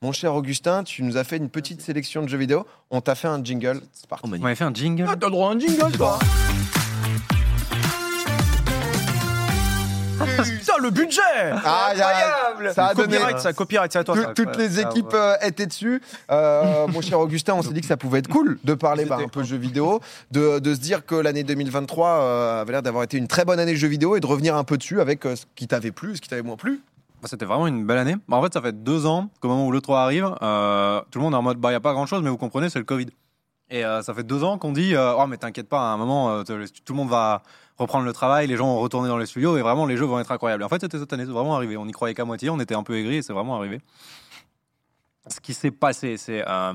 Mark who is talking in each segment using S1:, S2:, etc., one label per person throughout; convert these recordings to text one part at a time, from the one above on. S1: Mon cher Augustin, tu nous as fait une petite sélection de jeux vidéo. On t'a fait un jingle. C'est parti.
S2: Oh,
S3: On
S2: magnifique.
S3: m'avait fait un jingle.
S4: Ah, t'as le droit à un jingle,
S2: Bah.
S4: toi Putain, le budget
S1: Ah, y a-
S4: Incroyable
S1: ça a donné.
S4: Copyright, ça, copyright, c'est à toi.
S1: Tout-
S4: ça.
S1: toutes les
S4: Ah,
S1: équipes
S4: ouais.
S1: euh, étaient dessus. Euh, mon cher Augustin, on s'est dit que ça pouvait être cool de parler bah, un peu jeux vidéo, de, de se dire que l'année 2023 euh, avait l'air d'avoir été une très bonne année jeux vidéo et de revenir un peu dessus avec euh, ce qui t'avait plu, ce qui t'avait moins plu.
S3: Bah, C'était vraiment une belle année. Bah, En fait, ça fait deux ans qu'au moment où l'E3 arrive, euh, tout le monde est en mode, bah, il n'y a pas grand chose, mais vous comprenez, c'est le Covid. Et euh, ça fait deux ans qu'on dit, euh, oh, mais t'inquiète pas, à un moment, euh, te- tout le monde va reprendre le travail, les gens vont retourner dans les studios et vraiment, les jeux vont être incroyables. Et en fait, c'était cette année, c'est vraiment arrivé. On n'y croyait qu'à moitié, on était un peu aigris et c'est vraiment arrivé. Ce qui s'est passé, c'est euh,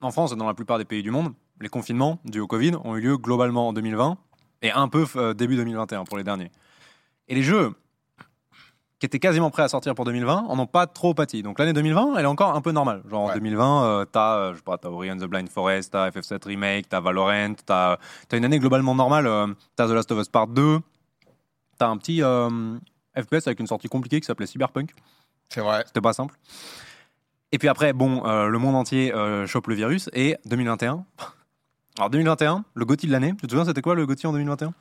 S3: en France et dans la plupart des pays du monde, les confinements dus au Covid ont eu lieu globalement en 2020 et un peu euh, début 2021 pour les derniers. Et les jeux, qui étaient quasiment prêts à sortir pour 2020 en ont pas trop pâti. Donc l'année 2020, elle est encore un peu normale. Genre en
S1: Ouais.
S3: 2020, euh, t'as, euh, je sais pas, t'as Ori and the Blind Forest, t'as FF7 Remake, t'as Valorant, t'as, t'as une année globalement normale. euh, t'as The Last of Us Part 2, t'as un petit euh, FPS avec une sortie compliquée qui s'appelait Cyberpunk.
S1: C'est vrai.
S3: C'était pas simple. Et puis après, bon, euh, le monde entier euh, chope le virus. Et 2021. Alors 2021, le GOTY de l'année. Tu te souviens, c'était quoi le GOTY en 2021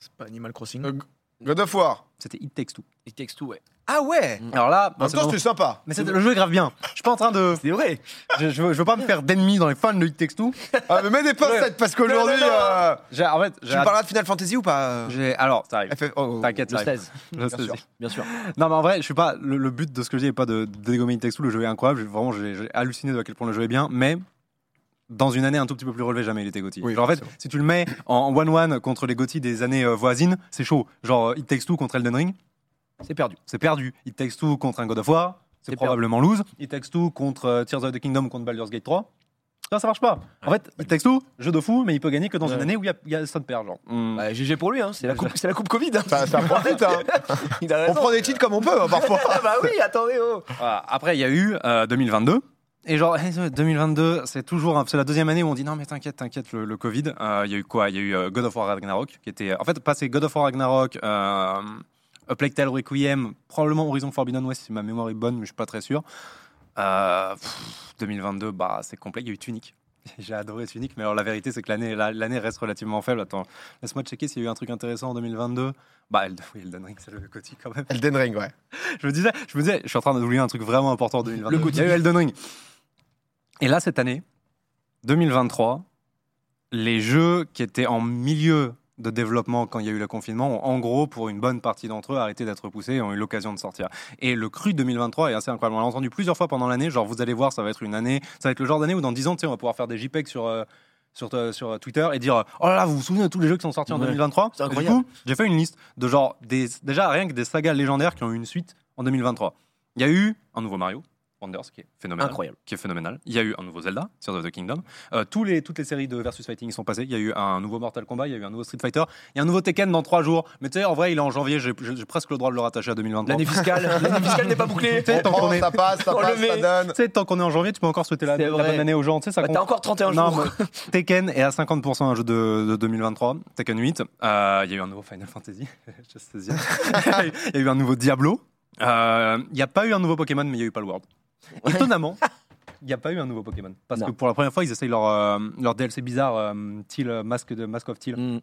S4: C'est pas Animal Crossing.
S2: Euh,
S1: God of War.
S3: C'était It Takes Two.
S2: Il texte tout, ouais.
S1: Ah ouais
S3: Alors là,
S1: En même temps, c'était sympa.
S3: mais c'était- le jeu est grave bien. Je suis pas en train de.
S4: C'est vrai
S3: Je, je veux, je veux pas me faire d'ennemis dans les fans de It Takes Two.
S1: Ah, mais mets des pincettes parce qu'aujourd'hui. euh,
S3: J'ai- En fait,
S1: tu
S3: j'ai.
S1: me parleras de Final Fantasy ou pas euh,
S3: j'ai- Alors, ça arrive.
S1: FF oh, oh.
S3: T'inquiète,
S2: Le
S3: ça arrive.
S2: 16,
S3: Je sais,
S1: sûr.
S3: c'est-
S2: bien sûr.
S3: Non, mais en vrai, je suis pas. Le, le but de ce que je dis est pas de, de dégommer It Takes Two. Le jeu est incroyable. J'ai- Vraiment, j'ai j'ai halluciné de à quel point le jeu est bien. Mais dans une année un tout petit peu plus relevée, jamais il était Gotti.
S1: Oui,
S3: Genre, en fait, si tu le mets en 1-1 contre les Gotti des années euh, voisines, c'est chaud. Genre, euh, It Takes Two contre Elden Ring,
S2: C'est perdu.
S3: c'est perdu. It Takes Two contre un God of War, c'est
S2: C'est
S3: probablement lose. It Takes Two contre euh, Tears of the Kingdom contre Baldur's Gate 3. Ça, ça marche pas. En fait, It Takes Two, jeu de fou, mais il peut gagner que dans
S2: Ouais.
S3: une année où il y a, il y a ça de perd. Genre. Hmm.
S2: Bah, GG pour lui, hein. c'est la, coupe- c'est la Coupe Covid. hein.
S1: Ça, ça prend vite, hein.
S2: Il a
S1: On
S2: raison.
S1: prend des titres comme on peut, hein, parfois.
S2: Ah bah oui, attendez, oh.
S3: Voilà. Après, il y a eu euh, 2022. Et genre, eh, 2022, c'est toujours. un- C'est la deuxième année où on dit non, mais t'inquiète, t'inquiète, le, le Covid. Euh, Il y a eu quoi Il y a eu euh, God of War Ragnarok, qui était. En fait, passé God of War Ragnarok, euh, A Plague Tale Requiem, probablement Horizon Forbidden West, si ma mémoire est bonne, mais je suis pas très sûr. Euh, pff, 2022, bah, c'est complet. Il y a eu Tunic. J'ai adoré Tunic, mais alors la vérité, c'est que l'année la- l'année reste relativement faible. Attends, laisse-moi checker s'il y a eu un truc intéressant en 2022. Bah, Elden, oui, Elden Ring, c'est le Coty quand même
S1: Elden Ring, ouais.
S3: je me disais, je me disais, je suis en train d'oublier un truc vraiment important en 2022.
S2: Le Gotti.
S3: Il y a eu Elden Ring. Et là, cette année, 2023, les jeux qui étaient en milieu de développement quand il y a eu le confinement ont, en gros, pour une bonne partie d'entre eux, arrêté d'être poussés et ont eu l'occasion de sortir. Et le cru 2023 est assez incroyable. On l'a entendu plusieurs fois pendant l'année. Genre, vous allez voir, ça va être une année, ça va être le genre d'année où dans 10 ans, tu sais, on va pouvoir faire des JPEG sur. euh, sur, euh, sur Twitter et dire oh là là vous vous souvenez de tous les jeux qui sont sortis en
S2: Ouais.
S3: 2023
S2: C'est
S3: Et du
S2: incroyable.
S3: coup, j'ai fait une liste de genre des déjà rien que des sagas légendaires qui ont eu une suite en 2023 il y a eu un nouveau Mario Wonders qui est phénoménal
S2: Incroyable.
S3: qui est phénoménal. Il y a eu un nouveau Zelda, Tears of the Kingdom. Euh, tous les, toutes les séries de Versus Fighting y sont passées. Il y a eu un nouveau Mortal Kombat, il y a eu un nouveau Street Fighter, il y a un nouveau Tekken dans trois jours. Mais tu sais, en vrai, il est en janvier, j'ai j'ai- j'ai presque le droit de le rattacher à 2023.
S2: L'année fiscale, l'année fiscale n'est pas bouclée.
S3: Tu sais,
S1: On
S3: tant qu'on
S1: prend,
S3: est,
S1: ça passe, ça
S2: On le
S1: passe, ça
S2: met.
S1: donne.
S3: tu sais, tant qu'on est en janvier, tu peux encore souhaiter la,
S2: C'est
S3: la
S2: vrai.
S3: bonne année aux gens. Tu sais, ça
S2: Bah,
S3: compte.
S2: T'as encore 31
S3: Non,
S2: jours.
S3: mais Tekken est à 50% un jeu de, de 2023, Tekken 8. Euh, Il y a eu un nouveau Final Fantasy, je sais bien. Il y a eu un nouveau Diablo. Euh, Il n'y a pas eu un nouveau Pokémon, mais il y a eu Palworld. Étonnamment, il n'y a pas eu un nouveau Pokémon. Parce
S2: Non.
S3: que pour la première fois, ils essayent leur, euh, leur DLC bizarre, euh, Teal, euh, Mask, de, Mask of Teal.
S2: Mm.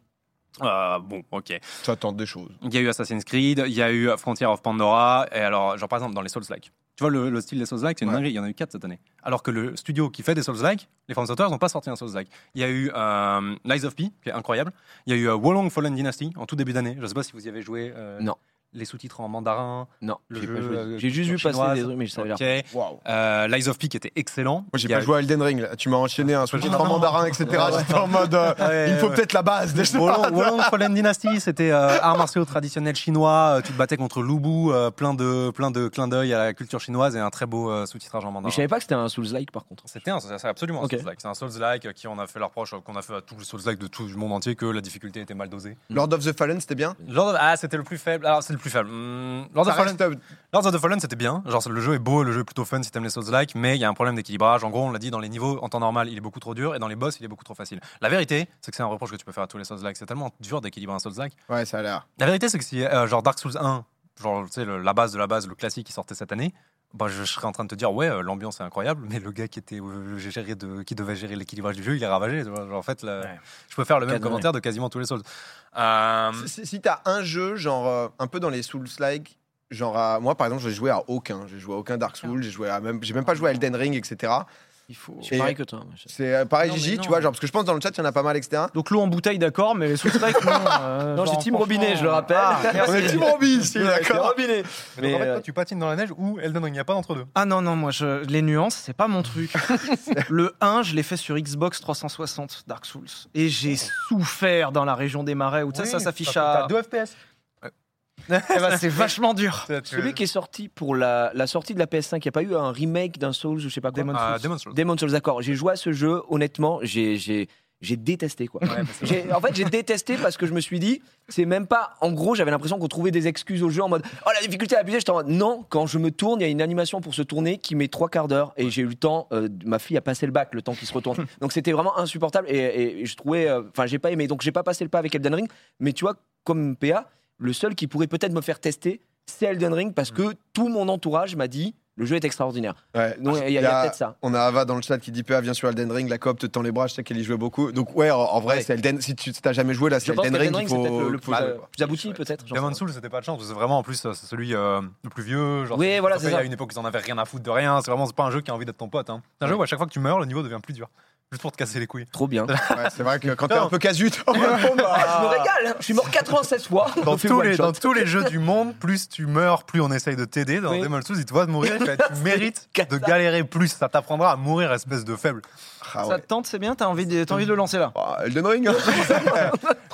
S3: Euh, bon, ok.
S1: J'attends des choses.
S3: Il y a eu Assassin's Creed, il y a eu Frontier of Pandora, et alors, genre par exemple, dans les Souls-like. Tu vois, le, le style des Souls-like, c'est une
S1: Ouais.
S3: dinguerie, il y en a eu 4 cette année. Alors que le studio qui fait des Souls-like, les From Software, n'ont pas sorti un Souls-like. Il y a eu euh, Lies of P, qui est incroyable. Il y a eu euh, Wolong Fallen Dynasty, en tout début d'année. Je ne sais pas si vous y avez joué. euh,
S2: Non.
S3: Les sous-titres en mandarin.
S2: Non,
S3: Le
S2: j'ai pas
S3: jeu,
S2: joué.
S3: euh,
S2: J'ai juste vu
S3: culture
S2: passer des
S3: chinoise.
S2: trucs, mais je savais
S3: Ok.
S2: rien.
S1: Waouh.
S3: Euh, Lies of P, qui était excellent.
S1: Moi, j'ai
S3: Il y a
S1: pas joué à Elden Ring. là. Tu m'as enchaîné un sous-titre
S3: Ah,
S1: en
S3: non.
S1: mandarin, etc. J'étais en mode. euh,
S3: Ah Ouais,
S1: il faut
S3: ouais.
S1: peut-être la base déjà.
S3: Wolong, Wolong Fallen Dynasty, c'était euh, arts martiaux traditionnels chinois. euh, tu te battais contre Lubu, euh, plein de plein de clins d'œil à la culture chinoise et un très beau euh, sous-titrage en
S2: Mais
S3: mandarin.
S2: je savais pas que c'était un Souls-like par contre.
S3: C'était un, c'est absolument un
S2: Ok.
S3: Souls-like. C'est un Souls-like qui on a fait l'approche, euh, qu'on a fait à tous les Souls-like de tout le monde entier, que la difficulté était mal dosée.
S1: Lord of the Fallen, c'était bien.
S3: Lord of- ah, c'était le plus faible. Alors, c'est le plus faible. Hmm, Lord,
S1: Ça
S3: of Fallen,
S1: reste, euh,
S3: Lords of the Fallen, c'était bien. Genre, le jeu est beau, le jeu est plutôt fun si t'aimes les Souls-like, mais il y a un problème d'équilibrage. En gros, on l'a dit, dans les niveaux, en temps normal, il est beaucoup trop dur, et dans les boss, il est beaucoup trop facile. La vérité, c'est que c'est un reproche que tu peux faire à tous les Souls-like. C'est tellement dur d'équilibrer un Souls-like.
S1: Ouais, ça a l'air.
S3: La vérité, c'est que si, euh, genre Dark Souls 1, genre, tu sais, le- la base de la base, le classique qui sortait cette année, bah, je serais en train de te dire, ouais, euh, l'ambiance est incroyable, mais le gars qui, était, euh, le géré de, qui devait gérer l'équilibrage du jeu, il est ravagé. tu vois. Genre, en fait, là,
S4: Ouais.
S3: je peux faire le même
S2: Cadeau,
S3: commentaire de quasiment tous les autres. Euh,
S1: Si, si t'as un jeu, genre, euh, un peu dans les Souls-like, genre, à- moi, par exemple, j'ai joué à aucun. J'ai joué à aucun Dark Souls, j'ai joué à même, j'ai même pas joué à Elden Ring, etc.
S4: Il faut...
S2: Je suis
S1: Et-
S2: pareil que toi. moi, je-
S1: C'est euh, pareil,
S4: Non, mais
S1: Gigi,
S4: non.
S1: tu vois, genre, parce que je pense dans le chat, il y en a pas mal, etc.
S4: Donc l'eau en bouteille, d'accord, mais les sous strike non. euh,
S2: Non, j'ai
S4: genre,
S2: Team Robinet, je le rappelle.
S4: Ah,
S1: On est Team Robbie ici, d'accord
S3: mais
S2: Robinet.
S3: donc, en
S2: Mais,
S3: fait,
S2: euh,
S3: toi, tu patines dans la neige ou Elden Ring, il n'y a pas d'entre deux.
S4: Ah non, non, moi, je, les nuances, c'est pas mon truc. le 1, je l'ai fait sur Xbox 360, Dark Souls. Et j'ai souffert dans la région des marais où ça, ça s'affiche à.
S3: deux FPS.
S4: Eh ben, c'est vachement dur.
S2: Celui qui est sorti pour la, la sortie de la PS5, il n'y a pas eu un remake d'un Souls ou je sais pas quoi
S4: Demon's
S3: Ah, Demon's Souls.
S2: euh, Demon's Souls, d'accord. J'ai joué à ce jeu, honnêtement, j'ai j'ai- j'ai détesté quoi.
S3: Ouais, bah, c'est
S2: J'ai- En fait, j'ai détesté parce que je me suis dit, c'est même pas. En gros, j'avais l'impression qu'on trouvait des excuses au jeu en mode Oh, la difficulté à abuser. J'étais en mode Non, quand je me tourne, il y a une animation pour se tourner qui met trois quarts d'heure. Et j'ai eu le temps, euh, ma fille a passé le bac, le temps qu'il se retourne. Donc c'était vraiment insupportable. Et, et- et je trouvais. euh, Enfin, j'ai pas aimé. Donc j'ai pas passé le pas avec Elden Ring. Mais tu vois, comme PA, le seul qui pourrait peut-être me faire tester, c'est Elden Ring parce que tout mon entourage m'a dit Le jeu est extraordinaire.
S1: Ouais.
S2: Donc Ah, il y a- il y a peut-être ça.
S1: On a Ava dans le chat qui dit PA, viens sur Elden Ring, la coop te tend les bras, je sais qu'elle y jouait beaucoup. Donc, ouais, en, en vrai,
S2: Ouais.
S1: c'est Elden. Si tu si t'as jamais joué là,
S2: Je
S1: c'est
S2: pense que
S1: Elden Ring, il
S2: c'est peut-être
S1: faut.
S2: le, le plus,
S1: faut-
S2: euh, plus abouti, peut-être. j'en sais
S3: Demon's
S2: rien.
S3: Souls, c'était pas de chance, parce que c'est vraiment en plus euh, c'est celui euh, le plus vieux. Genre,
S2: Oui,
S3: c'est-
S2: voilà,
S3: ça
S2: c'est
S3: fait,
S2: ça.
S3: Il y a une époque où ils en avaient rien à foutre de rien. C'est vraiment c'est pas un jeu qui a envie d'être ton pote. Hein. C'est un jeu où à chaque fois que tu meurs, le niveau devient plus dur. Juste pour te
S2: Mm.
S3: casser les couilles.
S2: Trop bien.
S1: Ouais, c'est vrai que quand t'es
S3: Non.
S1: un peu casu, t'es en mode, bon, bah,
S2: Ah, je me régale. hein. Je suis mort 96 fois.
S3: Dans
S2: On fait
S3: tous,
S2: one
S3: les,
S2: shot.
S3: dans tous les jeux du monde, plus tu meurs, plus on essaye de t'aider. Dans
S2: Oui.
S3: Demon's Souls, ils te voient de mourir. tu fais, tu mérites de
S2: cata.
S3: galérer plus. Ça t'apprendra à mourir, espèce de faible.
S1: ah
S4: Ça
S1: ouais.
S4: te tente, c'est bien T'as envie, de- t'as envie de le lancer là
S1: Bah, Elden Ring
S3: Ah,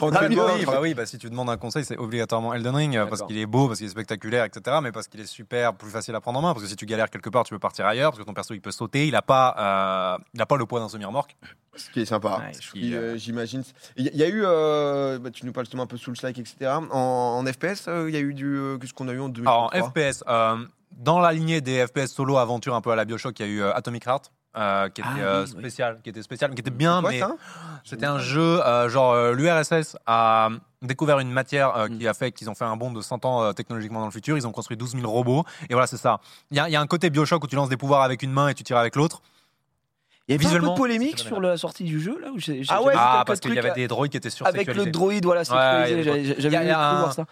S1: Tranquillement.
S3: bah oui, bah oui, bah si tu demandes un conseil, c'est obligatoirement Elden Ring euh, parce
S2: D'accord.
S3: qu'il est beau, parce qu'il est spectaculaire, etc. Mais parce qu'il est super, plus facile à prendre en main. Parce que si tu galères quelque part, tu peux partir ailleurs. Parce que ton perso, il peut sauter. Il a pas, euh, il a pas le poids d'un semi-remorque.
S1: Ce qui est sympa.
S4: Ouais,
S1: Ce
S3: je
S1: qui,
S3: suis,
S1: euh, J'imagine. Il y, il y a eu. euh, bah, tu nous parles justement un peu sous le like, etc. En, en FPS, euh, il y a eu du. euh, Qu'est-ce qu'on a eu en 2003
S3: Alors en FPS, euh, dans la lignée des FPS solo aventure un peu à la Bioshock, il y a eu euh, Atomic Heart. euh, qui était
S2: Ah oui,
S3: euh,
S2: oui.
S3: spécial, qui était spécial, mais qui était bien,
S1: Quoi,
S3: mais
S1: ça
S3: c'était un jeu euh, genre euh, l'URSS a découvert une matière euh,
S2: Hmm.
S3: qui a fait qu'ils ont fait un bond de 100 ans euh, technologiquement dans le futur. Ils ont construit 12 000 robots et voilà c'est ça. Il y, a- il y a un côté Bioshock où tu lances des pouvoirs avec une main et tu tires avec l'autre.
S2: Il y avait pas un peu de
S3: Visuellement,
S2: polémique
S3: c'était
S2: sur la sortie du jeu là où j'ai- j'ai-
S4: Ah
S2: j'ai
S4: ouais,
S2: vu
S3: Ah
S2: quelques
S3: parce qu'il y
S2: trucs
S3: avait des droïdes qui étaient sur
S2: avec le droïde voilà sexualisé.
S3: il y a des
S2: J'avais-
S3: Il y a-
S2: J'avais
S3: il y a
S2: cru
S3: un-
S2: voir ça.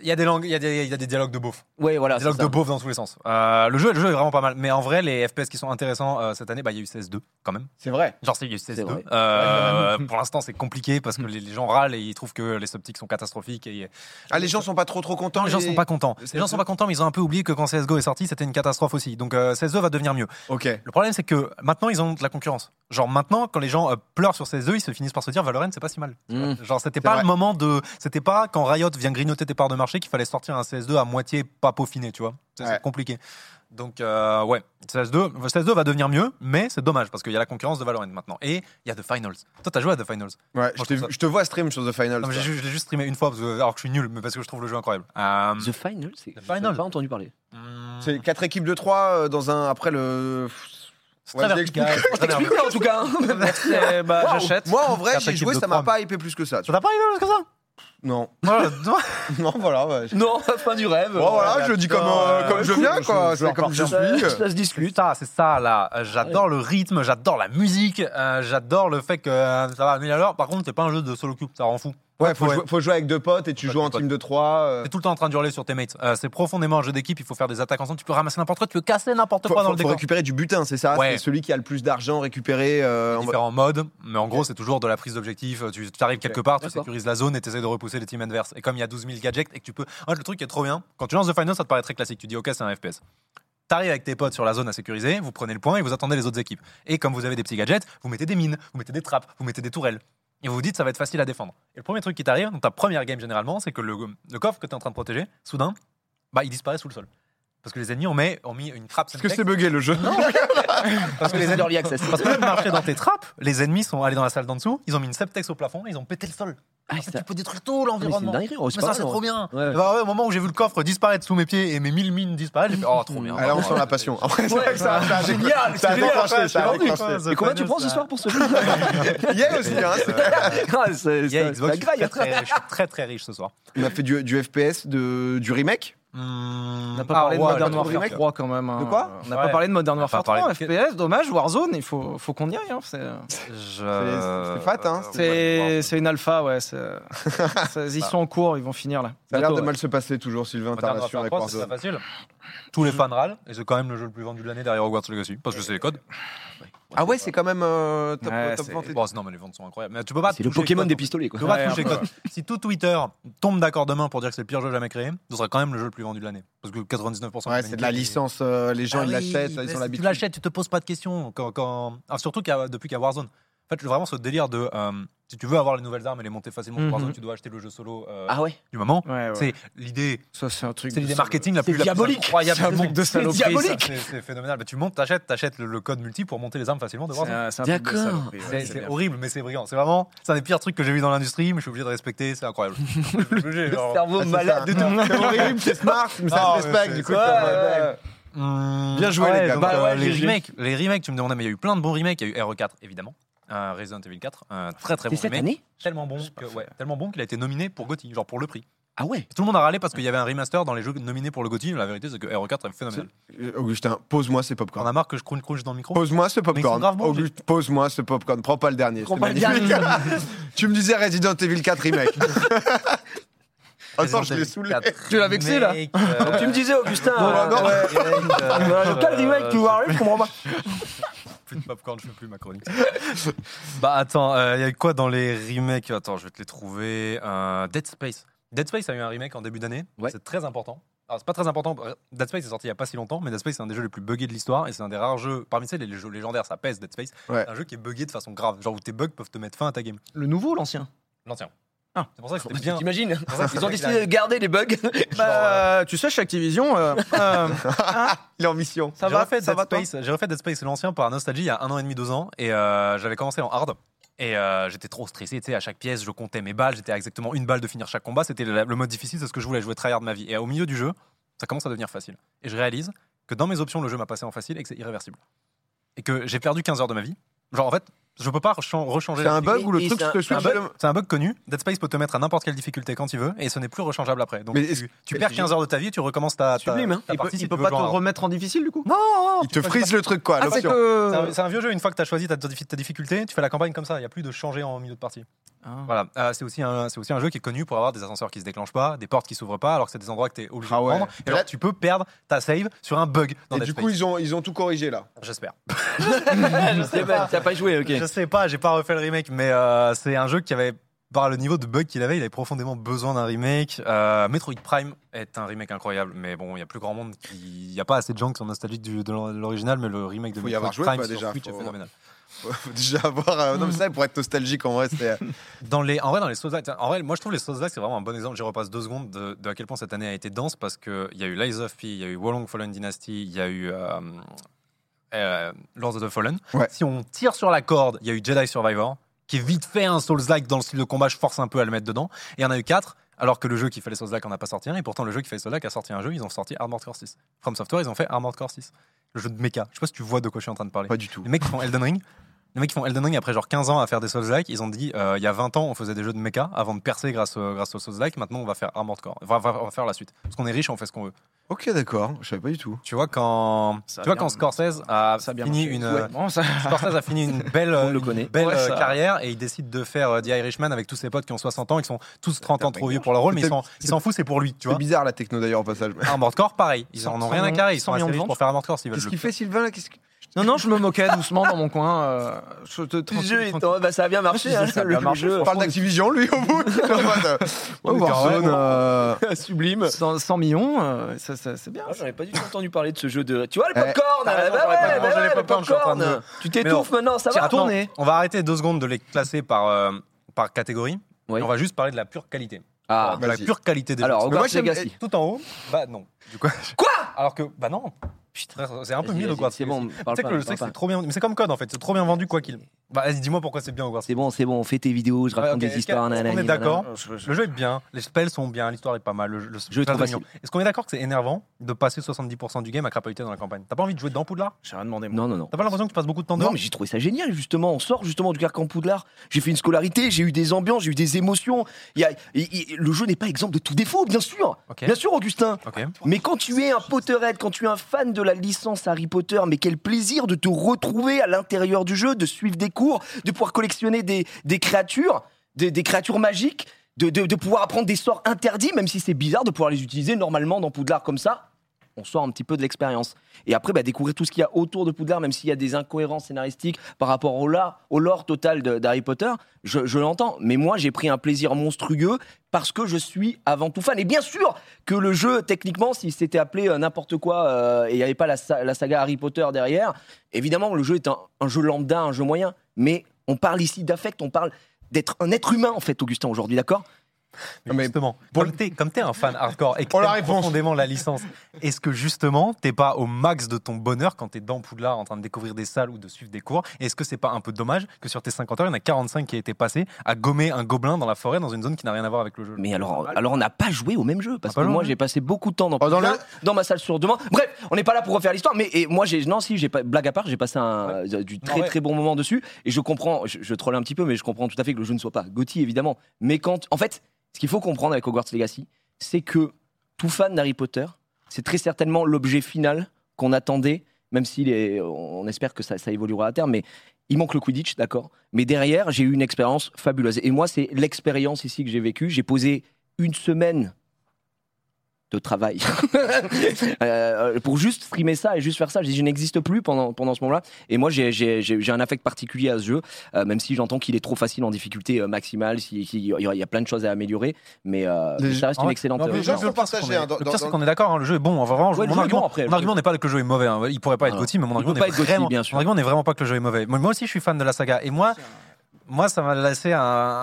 S3: Il y a des langues, il y a des, il y a des dialogues de beauf.
S2: Ouais voilà.
S3: Dialogue
S2: Ah, c'est ça.
S3: de beauf dans tous les sens. Euh, le, jeu, le jeu est vraiment pas mal. Mais en vrai, les FPS qui sont intéressants euh, cette année, bah, il y a eu CS2 quand même.
S1: C'est vrai.
S3: Genre, c'est- il y a eu CS2.
S2: vrai.
S3: Euh, pour l'instant, c'est compliqué parce que les, les gens râlent et ils trouvent que les optiques sont catastrophiques. Et...
S1: Ah, les gens sont pas trop trop contents.
S3: Non, les gens sont pas contents.
S1: C'est
S3: Les gens
S1: le
S3: sont
S1: jeu.
S3: pas contents, mais ils ont un peu oublié que quand CSGO est sorti, c'était une catastrophe aussi. Donc euh, CS2 va devenir mieux.
S1: Ok.
S3: Le problème, c'est que maintenant, ils ont de la concurrence. Genre, maintenant, quand les gens euh, pleurent sur CS2, ils se finissent par se dire Valorant, c'est pas si mal.
S2: Mm.
S3: Genre, c'était
S1: C'est
S3: pas
S1: vrai.
S3: le moment de. C'était pas quand Riot vient grignoter tes parts de marché qu'il fallait sortir un CS2 à moitié pas peaufiné, tu vois. C'est c'est
S1: Ouais.
S3: compliqué. Donc, euh, ouais, CS2, CS2 va devenir mieux, mais c'est dommage parce qu'il y a la concurrence de Valorant maintenant. Et il y a The Finals. Toi, t'as joué à The Finals.
S1: Ouais, je,
S3: Moi, je
S1: t'ai-
S3: trouve ça-
S1: je te vois stream sur The Final.
S3: Non, mais j'ai ju- je l'ai juste streamé une fois parce que- alors que je suis nul, mais parce que je trouve le jeu incroyable. Euh,
S2: The Final. c'est-
S3: The
S2: j'avais
S3: Final.
S2: Pas entendu parler.
S3: hmm,
S1: C'est quatre équipes de 3 dans un. Après le.
S3: c'est
S1: Ouais,
S3: très
S1: je
S3: vertical,
S1: l'explique.
S3: c'est très vertical.
S2: en tout cas.
S4: Eh ben, J'achète.
S1: Moi, en vrai,
S3: Quatre
S1: j'ai
S3: équipes
S1: joué,
S3: de
S1: ça m'a
S3: trois.
S1: pas hypé plus que ça. tu
S3: Ça t'a pas rigolé comme ça
S1: vois. Non.
S3: Voilà, non.
S1: Non, voilà. ouais.
S2: Non, fin du rêve.
S1: Bon, voilà, je dis comme, euh,
S3: euh,
S1: comme je
S3: cool,
S1: viens,
S3: je-
S1: quoi.
S3: je
S1: C'est
S3: vais
S1: comme je
S3: repartir.
S1: suis.
S2: Ça se discute.
S3: C'est ça, c'est ça là. Euh, J'adore le rythme, j'adore la musique, euh, j'adore le fait que euh, ça va à 1000 à l'heure. Par contre, c'est pas un jeu de solo cube, ça rend fou.
S1: Ouais, faut,
S3: Ouais.
S1: Jouer, faut jouer avec deux potes et tu
S3: Ouais,
S1: joues en
S3: deux
S1: team de euh, 3.
S3: T'es tout le temps en train de hurler sur tes mates. Euh, c'est profondément un jeu d'équipe, il faut faire des attaques ensemble, tu peux ramasser n'importe quoi, tu peux casser n'importe
S1: Faut,
S3: quoi dans
S1: faut-
S3: le
S1: faut
S3: décor.
S1: récupérer du butin, c'est ça
S3: Ouais.
S1: C'est celui qui a le plus d'argent récupéré. euh, en-
S3: Différents modes, mais en gros, c'est toujours de la prise d'objectif. Tu tu arrives quelque part, tu
S2: D'accord.
S3: sécurises la zone et tu essaies de repousser les teams adverses. Et comme il y a 12 000 gadgets et que tu peux. En fait, le truc qui est trop bien, quand tu lances The Final, ça te paraît très classique. Tu dis, OK, c'est un FPS. T'arrives avec tes potes sur la zone à sécuriser, vous prenez le point et vous attendez les autres équipes. Et comme vous avez des petits gadgets, vous mettez des mines, vous mettez des trappes, vous mettez des tourelles. Et vous vous dites, ça va être facile à défendre. Et le premier truc qui t'arrive dans ta première game généralement, c'est que le, le coffre que tu es en train de protéger, soudain, bah, il disparaît sous le sol. Parce que les ennemis ont mis, ont mis une trappe.
S1: Parce que
S3: Semtex.
S1: c'est bugué le jeu.
S3: Parce que les
S2: C'est
S3: ennemis-
S2: d'early access.
S3: parce que même marcher dans tes trappes, les ennemis sont allés dans la salle d'en dessous, ils ont mis une septex au plafond, et ils ont pété le sol.
S2: Ah,
S3: En fait,
S2: ça-
S3: tu peux détruire tout
S2: mais c'est une
S3: l'environnement.
S2: dinguerie. oh,
S3: Mais
S2: pas
S3: ça,
S2: mal,
S3: c'est
S2: ouais.
S3: trop bien.
S2: Ouais, ouais.
S3: Bah ouais, au moment où j'ai vu le coffre disparaître sous mes pieds et mes 1000 mines disparaître, j'ai fait Oh, trop bien.
S1: Ah, là, on sent la passion. Après, c'est vrai que ça, ça a déclenché,
S2: Génial.
S1: ça a
S2: c'est génial.
S1: déclenché, ça a
S3: vendu,
S1: déclenché.
S3: quoi, The
S2: Et combien tu
S3: Finals,
S2: prends ce
S3: ça-
S2: soir pour ce jeu
S1: Hier aussi, hein, c'est-
S2: Ah, c'est-
S3: Yeah,
S2: ça-
S3: Xbox,
S2: ça
S3: je suis très,
S2: graille.
S3: très, je suis très très riche ce soir.
S1: On a fait du, du FPS, de, du remake
S3: Hmm.
S4: On n'a pas parlé de Modern
S1: j'ai pas trouvé le
S4: Warfare 3 quand même. hein.
S1: De quoi
S4: On n'a
S3: Ouais.
S4: pas parlé de Modern
S3: On a pas
S4: Warfare
S3: parlé
S4: 3,
S3: de-
S4: FPS, dommage, Warzone, il faut, faut qu'on y aille. hein, c'est-
S3: Ah,
S1: C'est- c'est fat, hein.
S4: C'est c'est une alpha, ouais. c'est- c'est- ils sont en cours, ils vont finir là.
S1: Ça a l'air de
S4: Bientôt,
S1: mal se passer toujours, Sylvain,
S3: Bah,
S1: ta relation avec Warzone.
S3: facile. Tous les fans râlent, et c'est quand même le jeu le plus vendu de l'année derrière Hogwarts Legacy, parce que c'est les codes.
S1: Ah ouais, c'est quand même euh, top,
S4: Ouais,
S1: top
S4: c'est-
S1: vanté.
S3: Bon, c'est- non, mais les ventes sont incroyables. Mais tu peux pas
S2: C'est le
S3: toucher
S2: Pokémon
S3: code.
S2: des pistolets, quoi.
S3: Tu peux pas
S4: Ouais,
S3: toucher
S4: un peu,
S3: code. Si tout Twitter tombe d'accord demain pour dire que c'est le pire jeu jamais créé, ce sera quand même le jeu le plus vendu de l'année. Parce que 99%
S1: Ouais, c'est de la licence, euh, les gens ils l'achètent, ils ont
S3: Tu
S1: l'habitude. Ah,
S3: l'achètes, tu te poses pas de questions. Quand, quand- Ah, surtout qu'il y a- depuis qu'il y a Warzone. En fait, vraiment ce délire de euh, si tu veux avoir les nouvelles armes et les monter facilement sur
S4: Mhm.
S3: Warzone, tu dois acheter le jeu solo euh,
S2: Ah ouais
S3: du moment.
S4: Ouais, ouais.
S3: C'est l'idée
S4: Ça, c'est un truc.
S3: c'est
S4: de
S3: l'idée
S4: salaud.
S3: marketing la
S2: C'est
S3: plus la plus
S2: diabolique.
S3: incroyable
S4: C'est un
S3: du
S4: truc
S3: monde.
S4: de saloperie,
S3: C'est
S4: ça.
S3: diabolique. C'est- C'est phénoménal. Bah, tu montes, t'achètes, t'achètes le, le code multi pour monter les armes facilement de
S4: C'est
S3: Warzone.
S4: un- c'est un truc de
S2: D'accord.
S4: saloperie, ouais,
S3: C'est-
S4: c'est
S3: C'est
S4: bien.
S3: horrible, mais c'est brillant. C'est vraiment, c'est un des pires trucs que j'ai vu dans l'industrie, mais je suis obligé de respecter. C'est incroyable. Je suis obligé,
S2: Le
S3: genre.
S2: cerveau
S1: Ah, c'est
S2: malade de
S1: ça.
S2: tout.
S1: C'est horrible, c'est smart, mais ça
S3: Ah,
S1: se
S3: mais
S1: respecte
S3: c'est-
S1: du coup.
S2: Ouais,
S1: c'est un
S2: ouais,
S1: bordel.
S2: ouais.
S3: Mmh.
S1: Bien joué,
S3: Ah
S1: les
S3: ouais,
S1: gars.
S3: donc,
S1: Bah
S3: euh,
S1: ouais,
S3: les,
S1: GG.
S3: remakes, les remakes, tu me demandais, mais il y a eu plein de bons remakes. Il y a eu RE4, évidemment. Euh, Resident Evil 4, un très très bon
S2: C'est cette
S3: remake.
S2: année
S3: Tellement bon, que- ouais, tellement bon qu'il a été nominé pour Gotti, genre pour le prix.
S2: Ah ouais
S3: Tout le monde a râlé parce qu'il y avait un remaster dans les jeux nominés pour le Gotti. La vérité, c'est que RE4 est phénoménal.
S1: Euh, Augustin, pose-moi ces
S3: On
S1: popcorn.
S3: a marre que je croune croune dans le micro.
S1: Pose-moi ce
S3: Ah, ils sont
S1: popcorn.
S3: grave bons,
S1: Auguste, pose-moi ce popcorn. Prends pas le dernier.
S2: Prends
S1: c'est
S2: pas le
S1: magnifique. tu me disais Resident Evil 4 remake. Attends, je l'ai saoulé.
S4: Tu l'as vexé, là
S2: Donc tu me disais, Augustin.
S1: Bon, bah,
S2: euh,
S1: non.
S2: ouais.
S3: Euh,
S2: Euh, Quel remake tu vois Je comprends pas.
S3: Plus de popcorn, je fais plus ma chronique. bah attends, il y a eu quoi dans les remakes Attends, je vais te les trouver. Euh, Dead Space. Dead Space a eu un remake en début d'année.
S2: Ouais.
S3: C'est très important. Alors c'est pas très important. Dead Space est sorti il y a pas si longtemps, mais Dead Space c'est un des jeux les plus buggés de l'histoire et c'est un des rares jeux parmi tu sais, les les jeux légendaires. Ça pèse Dead Space.
S1: Ouais.
S3: C'est Un jeu qui est buggé de façon grave, genre où tes bugs peuvent te mettre fin à ta game.
S4: Le nouveau ou l'ancien
S3: L'ancien.
S4: Ah.
S3: C'est pour ça que c'était bien.
S2: T'imagines
S3: C'est pour ça que
S2: Ils ont
S3: c'était-
S2: décidé de garder les bugs.
S4: Bah, tu sais, chez Activision, euh, euh,
S1: Il est en mission.
S4: ça
S3: J'ai
S4: va,
S3: refait
S4: ça
S3: Dead
S4: va, toi
S3: Space. J'ai refait Dead Space l'ancien par nostalgie il y a un an et demi, deux ans, et euh, j'avais commencé en hard. Et euh, j'étais trop stressé, tu sais, à chaque pièce, je comptais mes balles, j'étais à exactement une balle de finir chaque combat, c'était le, le mode difficile, c'est ce que je voulais, je voulais tryhard ma vie. Et au milieu du jeu, ça commence à devenir facile. Et je réalise que dans mes options, le jeu m'a passé en facile et que c'est irréversible. Et que j'ai perdu 15 heures de ma vie. Genre, en fait, je peux pas rechan- rechanger
S1: C'est
S3: la
S1: un
S3: difficulté.
S1: bug ou le
S2: Et
S1: truc
S2: c'est
S1: se
S3: C'est un
S1: switch
S3: bug- c'est un bug connu. Dead Space peut te mettre à n'importe quelle difficulté quand il veut et ce n'est plus rechangeable après. Donc
S1: Mais est-ce-
S3: tu, tu perds 15 heures de ta vie et tu recommences ta, ta,
S4: Sublime, hein.
S3: ta
S4: Il peut,
S3: partie si
S4: il
S3: tu
S4: peut
S3: veux
S4: pas te
S3: jouer en hard.
S4: remettre en difficile, du coup
S3: Non, non, non,
S1: Il
S3: tu
S1: te
S3: peux-
S1: frise le truc, quoi,
S4: Ah, c'est
S1: l'option.
S3: c'est
S4: que.
S3: un- C'est un vieux jeu, une fois que tu as choisi ta, diffi- ta difficulté, tu fais la campagne comme ça, il n'y a plus de changer en milieu de partie.
S4: Ah.
S3: Voilà, Euh, c'est aussi, un- c'est aussi un jeu qui est connu pour avoir des ascenseurs qui se déclenchent pas, des portes qui s'ouvrent pas, alors que c'est des endroits que tu es obligé
S1: Ah
S3: de
S1: ouais.
S3: prendre. Et
S1: Là-
S3: alors, tu peux perdre ta save sur un bug dans
S1: Et
S3: Dead
S1: du
S3: Space.
S1: coup, ils ont, ils ont tout corrigé là.
S3: J'espère.
S2: Je sais pas, T'as pas joué, ok.
S3: Je sais pas, j'ai pas refait le remake, mais euh, c'est un jeu qui avait, par le niveau de bug qu'il avait, il avait profondément besoin d'un remake. Euh, Metroid Prime est un remake incroyable, mais bon, il y a plus grand monde qui. Il n'y a pas assez de gens qui sont nostalgiques du- de l'or- de l'original, mais le remake de
S1: Faut y
S3: Metroid
S1: avoir joué,
S3: Prime
S1: quoi,
S3: sur
S1: déjà,
S3: Switch est
S1: faut-
S3: phénoménal.
S1: Faut déjà avoir. euh, Non, mais ça, pour être nostalgique en vrai, c'est.
S3: Dans les, en vrai, dans les Souls-like, en vrai, moi je trouve les Souls-like c'est vraiment un bon exemple. J'y repasse deux secondes de, de à quel point cette année a été dense parce que il y a eu Lies of P, il y a eu Wolong Fallen Dynasty, il y a eu euh, euh, Lords of the Fallen.
S1: Ouais.
S3: Si on tire sur la corde, il y a eu Jedi Survivor qui est vite fait un Souls-like dans le style de combat. Je force un peu à le mettre dedans. Et il y en a eu quatre. Alors que le jeu qui fait les Souls-like en a pas sorti un, et pourtant le jeu qui fait les Souls-like a sorti un jeu, ils ont sorti Armored Core 6. From Software, ils ont fait Armored Core 6, le jeu de mecha. Je sais pas si tu vois de quoi je suis en train de parler.
S1: Pas du tout.
S3: Les mecs qui font Elden Ring, les mecs qui font Elden Ring après genre 15 ans à faire des Souls-like, ils ont dit euh, il y a 20 ans on faisait des jeux de mecha avant de percer grâce, au- grâce aux Souls-like, maintenant on va faire Armored Core. Enfin, on va- on va faire la suite. Parce qu'on est riche, on fait ce qu'on veut.
S1: Ok, d'accord. Je savais pas du tout.
S3: Tu vois quand,
S4: Ça a
S3: tu vois,
S4: bien-
S3: quand Scorsese a
S4: Ça a bien
S3: fini
S4: marché.
S3: une. euh,
S4: Ouais, bon, ça-
S3: Scorsese a fini une belle,
S2: On le
S3: une
S2: connaît.
S3: belle
S4: Ouais,
S3: euh,
S4: ça-
S3: carrière et il décide de faire euh, The Irishman avec tous ses potes qui ont 60 ans et qui sont tous 30 ans trop vieux pour leur rôle, mais ils s'en- ils s'en foutent, c'est pour lui, tu
S1: C'est
S3: vois.
S1: bizarre la techno d'ailleurs au passage.
S3: Armored Core, pareil, ils en
S4: Cent-
S3: ont rien à
S4: cent
S3: carrer, ils sont
S4: millions
S3: assez
S4: de
S3: riches
S4: ventes.
S3: pour faire Armored Core s'ils veulent.
S1: Qu'est-ce
S3: le-
S1: qu'il fait, Sylvain là Qu'est-ce que-
S4: Non, non, je me moquais doucement dans mon coin. euh, je te
S2: Le jeu,
S4: tranquille,
S2: est en-
S4: tranquille.
S2: bah, ça a bien marché. hein,
S4: Ça a
S2: le
S4: bien
S2: le
S4: marché,
S2: jeu.
S1: On parle d'Activision, lui, au bout. En mode, euh,
S3: Ouais,
S1: Warzone,
S3: ouais.
S1: euh,
S2: Sublime.
S4: 100, 100 millions, euh, ça, ça- c'est bien.
S2: Ah, J'en ai pas du tout entendu parler de ce jeu de. Tu vois le
S1: Eh,
S2: popcorn
S3: t'as
S2: bah
S3: raison,
S2: ouais,
S3: j'aurais pas
S2: bah
S3: mangé
S2: ouais,
S3: les
S2: le
S3: popcorn, je suis en train de-
S2: popcorn. Tu
S3: non.
S2: t'étouffes maintenant, ça
S3: Tiens,
S2: va
S3: attends,
S4: tourner.
S3: On va arrêter deux secondes de les classer par, euh, par catégorie.
S2: Oui.
S3: Et On va juste parler de la pure qualité.
S2: Ah,
S3: de la
S1: vas-y.
S3: pure qualité des
S2: alors,
S3: jeux.
S1: Mais moi,
S2: Hogwarts
S1: j'aime-
S2: Legacy.
S3: Tout en haut, bah non. Du coup,
S2: Quoi
S3: Alors que, bah non. Putain, c'est un peu
S2: Vas-y,
S3: mieux de
S2: vas-y,
S3: Hogwarts
S2: C'est
S3: Legacy.
S2: bon,
S3: Tu
S2: parle
S3: sais
S2: pas,
S3: que le
S2: parle
S3: truc,
S2: pas.
S3: c'est trop bien. Mais c'est comme code en fait, c'est trop bien vendu quoi qu'il. Bah, vas-y, dis-moi pourquoi c'est bien Hogwarts.
S2: C'est bon, c'est bon, on fait tes vidéos, je raconte
S3: ok, est-ce
S2: des histoires.
S3: que- est-ce
S2: nanani,
S3: qu'on est
S2: nanana.
S3: d'accord
S2: Je- je-
S3: Le jeu est bien, les spells sont bien, l'histoire est pas mal. Le, le-
S2: Je le trouve
S3: très mignon.
S2: facile.
S3: Est-ce qu'on est d'accord que c'est énervant de passer 70% du game à crapahuter dans la campagne T'as pas envie de jouer dans Poudlard
S4: J'ai rien demandé. moi.
S2: Non, non, non.
S3: T'as pas l'impression que tu passes beaucoup de temps
S2: Non,
S3: dehors
S2: mais j'ai trouvé ça génial, justement. On sort justement du carcan Poudlard. J'ai fait une scolarité, j'ai eu des ambiances, j'ai eu des émotions. Il y a- il- il- le jeu n'est pas exemple de tout défaut, bien sûr.
S3: Ok.
S2: Bien sûr, Augustin.
S3: Ok.
S2: Mais quand tu es un Potterhead, quand tu es un fan de la licence Harry Potter, mais quel plaisir de te retrouver à l'intérieur du jeu, de suivre des cours, de pouvoir collectionner des, des créatures, des, des créatures magiques, de, de- de pouvoir apprendre des sorts interdits, même si c'est bizarre de pouvoir les utiliser normalement dans Poudlard comme ça. On sort un petit peu de l'expérience. Et après, bah, découvrir tout ce qu'il y a autour de Poudlard, même s'il y a des incohérences scénaristiques par rapport au, la- au lore total de- d'Harry Potter, je, je l'entends. Mais moi, j'ai pris un plaisir monstrueux parce que je suis avant tout fan. Et bien sûr que le jeu, techniquement, s'il s'était appelé euh, n'importe quoi euh, et il n'y avait pas la, sa- la saga Harry Potter derrière, évidemment, le jeu est un, un jeu lambda, un jeu moyen. Mais on parle ici d'affect, on parle d'être un être humain, en fait, Augustin, aujourd'hui, d'accord
S3: Mais
S1: Non, mais
S3: justement,
S1: pour-
S3: comme t'es comme t'es un fan hardcore et que
S1: Oh, la
S3: t'aimes
S1: réponse.
S3: profondément la licence, est-ce que justement t'es pas au max de ton bonheur quand t'es dans Poudlard en train de découvrir des salles ou de suivre des cours Et Est-ce que c'est pas un peu dommage que sur tes 50 heures, il y en a 45 qui a été passé à gommer un gobelin dans la forêt dans une zone qui n'a rien à voir avec le jeu
S2: Mais alors, alors on n'a pas joué au même jeu parce
S3: Ah, pas
S2: que
S3: loin,
S2: moi
S3: hein.
S2: j'ai passé beaucoup de temps dans,
S1: Oh, dans
S2: Poudlard,
S1: le-
S2: dans ma salle sur demande. Bref, on n'est pas là pour refaire l'histoire, mais et moi j'ai non si j'ai pas blague à part, j'ai passé un euh, du très
S3: ouais.
S2: très bon moment dessus et je comprends, je, je trolle un petit peu, mais je comprends tout à fait que le jeu ne soit pas Gotti évidemment. Mais quand en fait, ce qu'il faut comprendre avec Hogwarts Legacy, c'est que tout fan d'Harry Potter, c'est très certainement l'objet final qu'on attendait, même si on espère que ça, ça évoluera à terme, mais il manque le Quidditch, d'accord. Mais derrière, j'ai eu une expérience fabuleuse. Et moi, c'est l'expérience ici que j'ai vécue. J'ai posé une semaine de travail Euh, pour juste streamer ça et juste faire ça. Je dis, je n'existe plus pendant, pendant ce moment-là. Et moi, j'ai- j'ai j'ai- j'ai un affect particulier à ce jeu, euh, même si j'entends qu'il est trop facile en difficulté euh, maximale, si- qu'il y a- il y a plein de choses à améliorer. Mais, euh,
S1: Les-
S2: mais ça reste
S3: en
S2: une
S3: vrai,
S2: excellente.
S3: non, mais
S2: euh,
S1: les gens
S2: expérience.
S1: peuvent partager. hein, dans-
S3: le pire, c'est
S1: dans-
S3: qu'on est d'accord, hein, le jeu est bon. Enfin, vraiment, je-
S2: Ouais, le
S3: mon
S2: jeu est
S3: argument,
S2: bon, après,
S3: mon
S2: le
S3: argument
S2: jeu.
S3: n'est pas que le jeu est mauvais. hein. Il pourrait pas être
S2: Alors,
S3: Gauthier, mais mon
S2: il
S3: argument n'est
S2: peut pas être Gauthier,
S3: vraiment,
S2: bien sûr.
S3: mon argument n'est vraiment pas que le jeu est mauvais. Moi, moi aussi, je suis fan de la saga. Et moi, moi, ça m'a laissé un,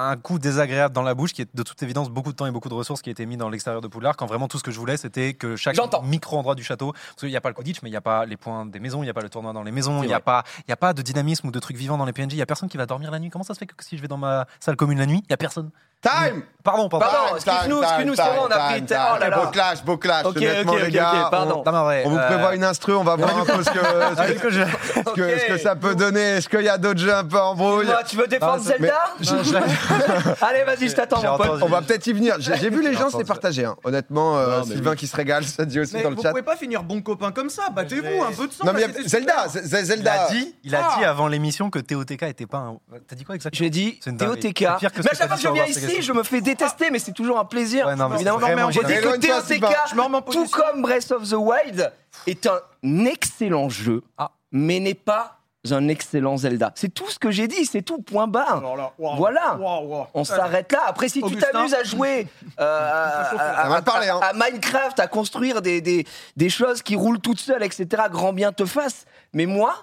S3: un coup désagréable dans la bouche, qui est de toute évidence beaucoup de temps et beaucoup de ressources qui a été mis dans l'extérieur de Poudlard, quand vraiment tout ce que je voulais, c'était que chaque
S2: J'entends.
S3: micro-endroit du château, parce qu'il n'y a pas le Quidditch, mais il n'y a pas les points des maisons, il n'y a pas le tournoi dans les maisons,
S2: C'est
S3: il n'y a
S2: vrai.
S3: pas, il y a pas de dynamisme ou de trucs vivants dans les PNJ, il n'y a personne qui va dormir la nuit. Comment ça se fait que si je vais dans ma salle commune la nuit, il n'y a personne
S1: Time
S3: Pardon, pardon.
S2: Pardon,
S1: Time,
S2: excuse-nous,
S1: time,
S2: excuse-nous, c'est
S1: time,
S2: vrai, on a pris-
S1: time, time.
S2: oh là là.
S1: Beau clash, beau clash.
S2: Ok,
S1: honnêtement,
S2: ok,
S1: les
S2: ok,
S1: gars,
S2: ok, pardon.
S3: Non, mais en vrai,
S1: On, on vous
S3: euh,
S1: prévoit une instru, on va voir un peu ce que, ce Ah, que-
S3: que je-
S1: ce que- ce que ça peut donner. Est-ce qu'il y a d'autres jeux un peu en brouille
S2: Dis-moi, tu veux
S3: Non,
S2: défendre
S3: ça-
S2: Zelda Allez, vas-y, je t'attends,
S3: J'ai
S2: mon pote.
S3: entendu.
S1: On va peut-être y venir. J'ai j'ai vu les
S3: J'ai
S1: gens, c'est
S3: entendu.
S1: partagé. hein. Honnêtement, euh,
S2: Non, mais
S1: Sylvain qui se régale, ça dit aussi
S5: Mais
S1: dans le
S5: vous
S1: chat.
S5: pouvez pas finir bon copain comme ça, battez-vous un peu de sang.
S1: Non, mais
S5: là,
S1: il y a-
S5: c'était
S1: Zelda,
S5: super.
S1: Z- Z-
S3: Il a
S1: Zelda.
S3: dit, il a
S5: Ah
S4: euh,
S3: dit avant l'émission que TOTK était pas un. T'as dit quoi exactement
S2: J'ai dit
S3: C'est une dinguerie.
S2: TOTK.
S3: C'est pire que ce
S2: Mais à
S3: que t'as
S2: chaque fois
S3: dit
S2: que je viens
S3: sur Warcraft
S2: ici,
S3: Legacy.
S2: je me fais détester, mais c'est toujours un plaisir.
S3: Ouais, non, mais c'est
S2: Évidemment,
S3: vraiment
S2: j'ai dit
S3: génial.
S2: que
S1: Éloigne-toi, Sylvain.
S2: TOTK,
S5: Je me remets en
S2: tout
S5: position.
S2: comme Breath of the Wild, est un excellent jeu,
S3: Ah.
S2: mais n'est pas un excellent Zelda. C'est tout ce que j'ai dit, c'est tout, point barre.
S5: Alors là, waouh,
S2: Voilà.
S5: waouh, waouh.
S2: On s'arrête là. Après, si
S4: Augustin.
S2: tu t'amuses à jouer euh, à, à-
S1: Ça va te parler, hein.
S2: à Minecraft, à construire des, des, des choses qui roulent toutes seules, etc., grand bien te fasse. Mais moi,